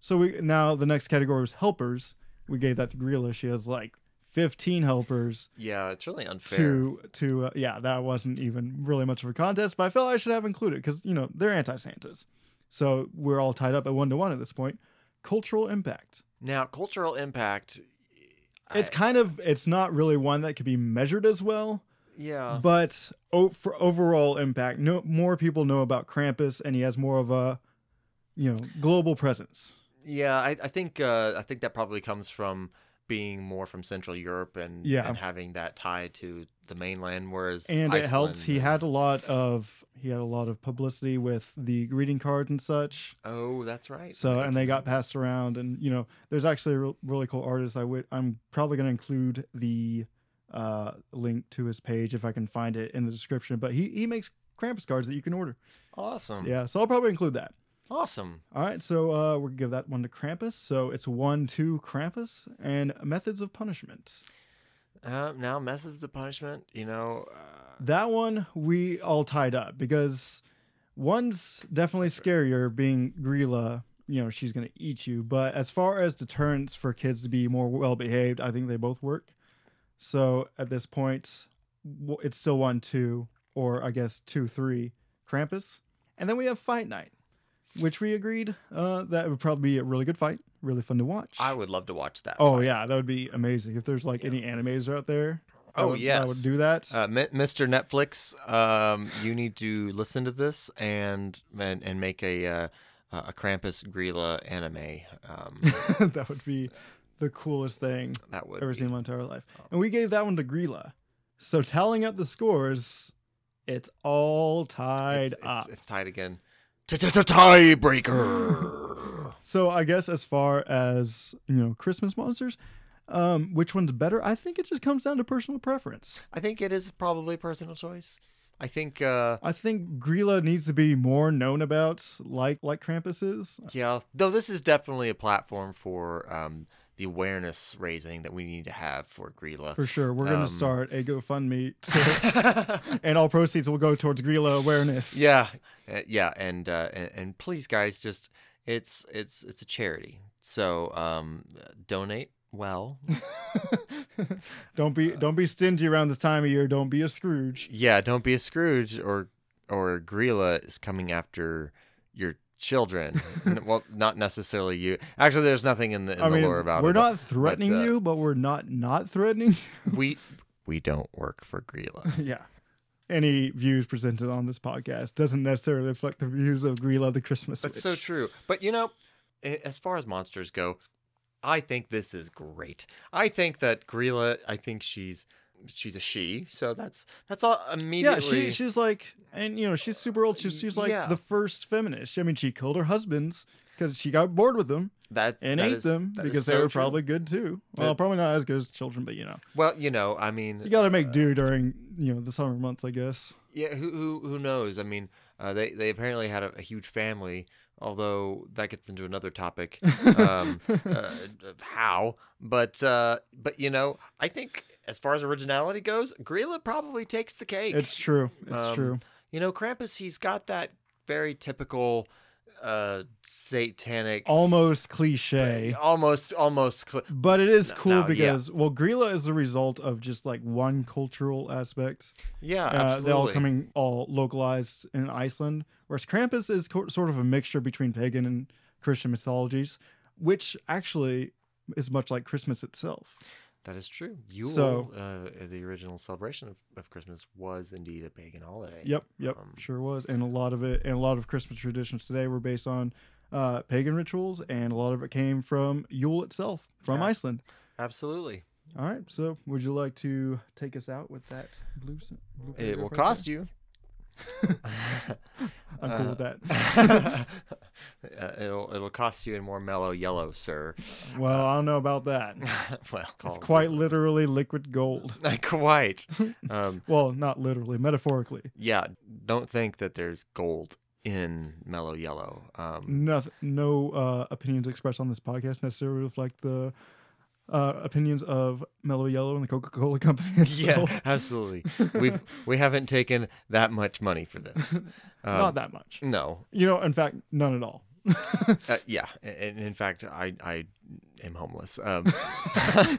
[SPEAKER 1] So we now the next category was helpers. We gave that to Grilla. She has like fifteen helpers.
[SPEAKER 2] Yeah, it's really unfair.
[SPEAKER 1] To to uh, yeah, that wasn't even really much of a contest, but I felt I should have included because you know they're anti Santas, so we're all tied up at one to one at this point. Cultural impact.
[SPEAKER 2] Now, cultural impact.
[SPEAKER 1] It's
[SPEAKER 2] I-
[SPEAKER 1] kind of it's not really one that could be measured as well,
[SPEAKER 2] yeah.
[SPEAKER 1] but o- for overall impact, no more people know about Krampus, and he has more of a you know global presence.
[SPEAKER 2] Yeah, I, I think uh, I think that probably comes from being more from Central Europe and
[SPEAKER 1] Yeah.
[SPEAKER 2] and having that tie to the mainland, whereas
[SPEAKER 1] and it helped.
[SPEAKER 2] Iceland
[SPEAKER 1] He
[SPEAKER 2] is-
[SPEAKER 1] had a lot of he had a lot of publicity with the greeting cards and such.
[SPEAKER 2] oh, that's right.
[SPEAKER 1] So
[SPEAKER 2] Right.
[SPEAKER 1] and they got passed around, and you know, there's actually a re- really cool artist. I would I'm probably gonna include the uh, link to his page if I can find it in the description. But he he makes Krampus cards that you can order.
[SPEAKER 2] awesome.
[SPEAKER 1] Yeah, so I'll probably include that.
[SPEAKER 2] Awesome.
[SPEAKER 1] All right, so uh, we'll give that one to Krampus. So it's one, two, Krampus, and methods of punishment.
[SPEAKER 2] Uh, now methods of punishment. You know. Uh,
[SPEAKER 1] That one we all tied up because one's definitely scarier, being Grilla, you know she's going to eat you but as far as deterrence for kids to be more well behaved i think they both work so at this point w- it's still 1-2 or i guess 2-3 krampus and then we have fight night which we agreed uh, that would probably be a really good fight really fun to watch
[SPEAKER 3] I would love to watch that.
[SPEAKER 1] oh
[SPEAKER 3] fight.
[SPEAKER 1] yeah that would be amazing if there's like any animes out there that
[SPEAKER 3] Oh,
[SPEAKER 1] would, that
[SPEAKER 3] yes.
[SPEAKER 1] would do that
[SPEAKER 2] Uh, Mi- Mr. Netflix, um, you need to listen to this and and, and make a uh, a Krampus Grilla anime. Um,
[SPEAKER 1] that would be the coolest thing
[SPEAKER 2] that would
[SPEAKER 1] ever
[SPEAKER 2] be-
[SPEAKER 1] seen in my entire life.
[SPEAKER 2] Oh.
[SPEAKER 1] And we gave that one to Grilla. So tallying up the scores, it's all tied
[SPEAKER 2] it's,
[SPEAKER 1] up.
[SPEAKER 2] it's, it's tied again. Tiebreaker.
[SPEAKER 1] so I guess as far as you know, Christmas monsters, um, which one's better? I think it just comes down to personal preference.
[SPEAKER 2] I think it is probably personal choice. I think, uh,
[SPEAKER 1] I think Grilla needs to be more known about, like like Krampus is.
[SPEAKER 2] yeah, though this is definitely a platform for um, the awareness raising that we need to have for Grilla.
[SPEAKER 1] For sure, we're gonna
[SPEAKER 2] Um,
[SPEAKER 1] start a GoFundMe, to, and all proceeds will go towards Grilla awareness.
[SPEAKER 2] yeah, uh, yeah, and, uh, and and please, guys, just it's it's it's a charity, so um, donate well.
[SPEAKER 1] don't be don't be stingy around this time of year. Don't be a Scrooge.
[SPEAKER 2] yeah, don't be a Scrooge or or Grilla is coming after your children. N- well, not necessarily you. Actually, there's nothing in the, in
[SPEAKER 1] I
[SPEAKER 2] the
[SPEAKER 1] mean,
[SPEAKER 2] lore about
[SPEAKER 1] we're
[SPEAKER 2] it. but
[SPEAKER 1] not threatening
[SPEAKER 2] uh,
[SPEAKER 1] you, but we're not not threatening.
[SPEAKER 2] we we don't work for Grilla.
[SPEAKER 1] you. yeah. Any views presented on this podcast doesn't necessarily reflect the views of Grilla the Christmas
[SPEAKER 2] That's
[SPEAKER 1] Witch.
[SPEAKER 2] so true. But you know, a- as far as monsters go, I think this is great. I think that Grilla. I think she's she's a she. So that's that's all
[SPEAKER 1] Yeah,
[SPEAKER 2] immediately.
[SPEAKER 1] she she's like, and you know, she's super old. She's she's like
[SPEAKER 2] Yeah.
[SPEAKER 1] the first feminist. I mean, she killed her husbands because she got bored with them
[SPEAKER 2] that
[SPEAKER 1] and
[SPEAKER 2] that
[SPEAKER 1] ate
[SPEAKER 2] is-
[SPEAKER 1] them
[SPEAKER 2] that is
[SPEAKER 1] because they
[SPEAKER 2] so
[SPEAKER 1] were
[SPEAKER 2] true.
[SPEAKER 1] probably good too. Well,
[SPEAKER 2] That-
[SPEAKER 1] probably not as good as children, but you know,
[SPEAKER 2] well. You know, I mean,
[SPEAKER 1] you got to make do during you know the summer months, I guess.
[SPEAKER 2] Yeah, who who who knows? I mean, uh, they they apparently had a, a huge family, although that gets into another topic, um, uh, of how. But uh, but you know, I think as far as originality goes, Grilla probably takes the cake.
[SPEAKER 1] It's true. It's
[SPEAKER 2] Um,
[SPEAKER 1] true.
[SPEAKER 2] you know, Krampus he's got that very typical uh, satanic, uh,
[SPEAKER 1] Almost cliche.
[SPEAKER 2] almost almost. Cl-
[SPEAKER 1] But it is
[SPEAKER 2] No,
[SPEAKER 1] cool
[SPEAKER 2] no, yeah.
[SPEAKER 1] because well, Grilla is the result of just like one cultural aspect.
[SPEAKER 2] yeah,
[SPEAKER 1] Uh,
[SPEAKER 2] absolutely.
[SPEAKER 1] they're all coming all localized in Iceland, whereas Krampus is co- sort of a mixture between pagan and Christian mythologies, which actually is much like Christmas itself.
[SPEAKER 2] That is true. Yule,
[SPEAKER 1] So-
[SPEAKER 2] uh, the original celebration of, of Christmas, was indeed a pagan holiday.
[SPEAKER 1] Yep, yep,
[SPEAKER 2] Um,
[SPEAKER 1] sure was, and a lot of it and a lot of Christmas traditions today were based on uh, pagan rituals, and a lot of it came from Yule itself, from
[SPEAKER 2] Yeah.
[SPEAKER 1] Iceland.
[SPEAKER 2] Absolutely.
[SPEAKER 1] All right, so would you like to take us out with that blue? s- blue
[SPEAKER 2] It
[SPEAKER 1] paragraph
[SPEAKER 2] will
[SPEAKER 1] right
[SPEAKER 2] cost you.
[SPEAKER 1] there? I'm cool with that.
[SPEAKER 2] Uh, it'll it'll cost you in more mellow yellow, sir.
[SPEAKER 1] well, I don't know about that.
[SPEAKER 2] well, call
[SPEAKER 1] It's
[SPEAKER 2] it
[SPEAKER 1] quite literally liquid gold.
[SPEAKER 2] Not quite. Um,
[SPEAKER 1] Well, not literally, metaphorically.
[SPEAKER 2] yeah, don't think that there's gold in mellow yellow. Um,
[SPEAKER 1] Nothing, no uh, opinions expressed on this podcast necessarily reflect the uh, opinions of Mellow Yellow and the Coca Cola Company.
[SPEAKER 2] yeah,
[SPEAKER 1] Itself.
[SPEAKER 2] absolutely. We've we haven't taken that much money for this. Um,
[SPEAKER 1] not that much.
[SPEAKER 2] No.
[SPEAKER 1] You know, in fact, none at all.
[SPEAKER 2] Uh, yeah, and in fact, I I am homeless. Um,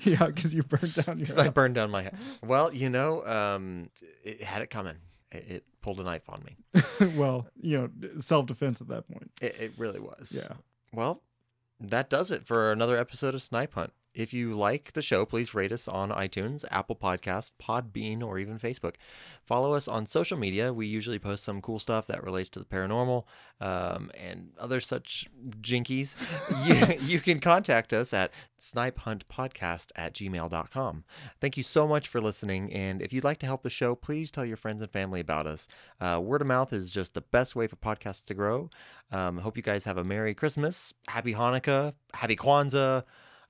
[SPEAKER 1] yeah, because you burned down your.
[SPEAKER 2] Because I burned down my. Well, you know, um, it had it coming. It, it pulled a knife on me.
[SPEAKER 1] well, you know, self defense at that point.
[SPEAKER 2] It, it really was.
[SPEAKER 1] Yeah.
[SPEAKER 2] Well, that does it for another episode of Snipe Hunt. If you like the show, please rate us on iTunes, Apple Podcast, Podbean, or even Facebook. Follow us on social media. We usually post some cool stuff that relates to the paranormal um, and other such jinkies. you, you can contact us at snipehuntpodcast at gmail.com. Thank you so much for listening. And if you'd like to help the show, please tell your friends and family about us. Uh, word of mouth is just the best way for podcasts to grow. Um, hope you guys have a Merry Christmas, Happy Hanukkah, Happy Kwanzaa,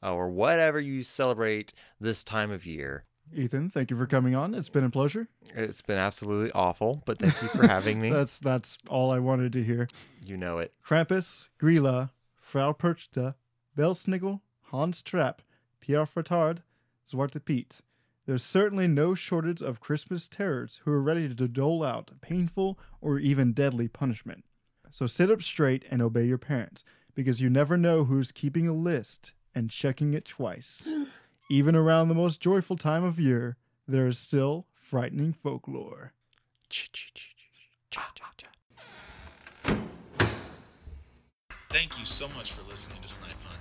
[SPEAKER 2] uh, or whatever you celebrate this time of year.
[SPEAKER 1] Ethan, thank you for coming on. It's been a pleasure.
[SPEAKER 2] It's been absolutely awful, but thank you for having me.
[SPEAKER 1] That's that's all I wanted to hear.
[SPEAKER 2] you know it.
[SPEAKER 1] Krampus, Grilla, Frau Perchta, Belsnigel, Hans Trapp, Pierre Furtard, Zwarte Piet. There's certainly no shortage of Christmas terrors who are ready to dole out painful or even deadly punishment. So sit up straight and obey your parents, because you never know who's keeping a list and checking it twice. Even around the most joyful time of year, there is still frightening folklore.
[SPEAKER 3] Thank you so much for listening to Snipe Hunt.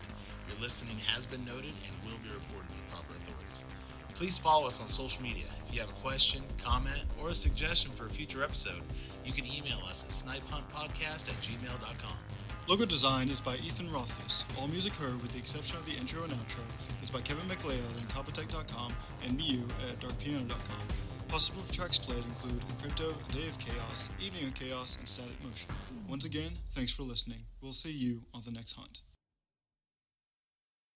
[SPEAKER 3] Your listening has been noted and will be reported to proper authorities. Please follow us on social media. If you have a question, comment, or a suggestion for a future episode, you can email us at snipehuntpodcast at gmail.com.
[SPEAKER 4] Logo design is by Ethan Rothfuss. All music heard, with the exception of the intro and outro, is by Kevin McLeod on Compotech.com and Miu at DarkPiano.com. Possible tracks played include Crypto, Day of Chaos, Evening of Chaos, and Static Motion. Once again, thanks for listening. We'll see you on the next hunt.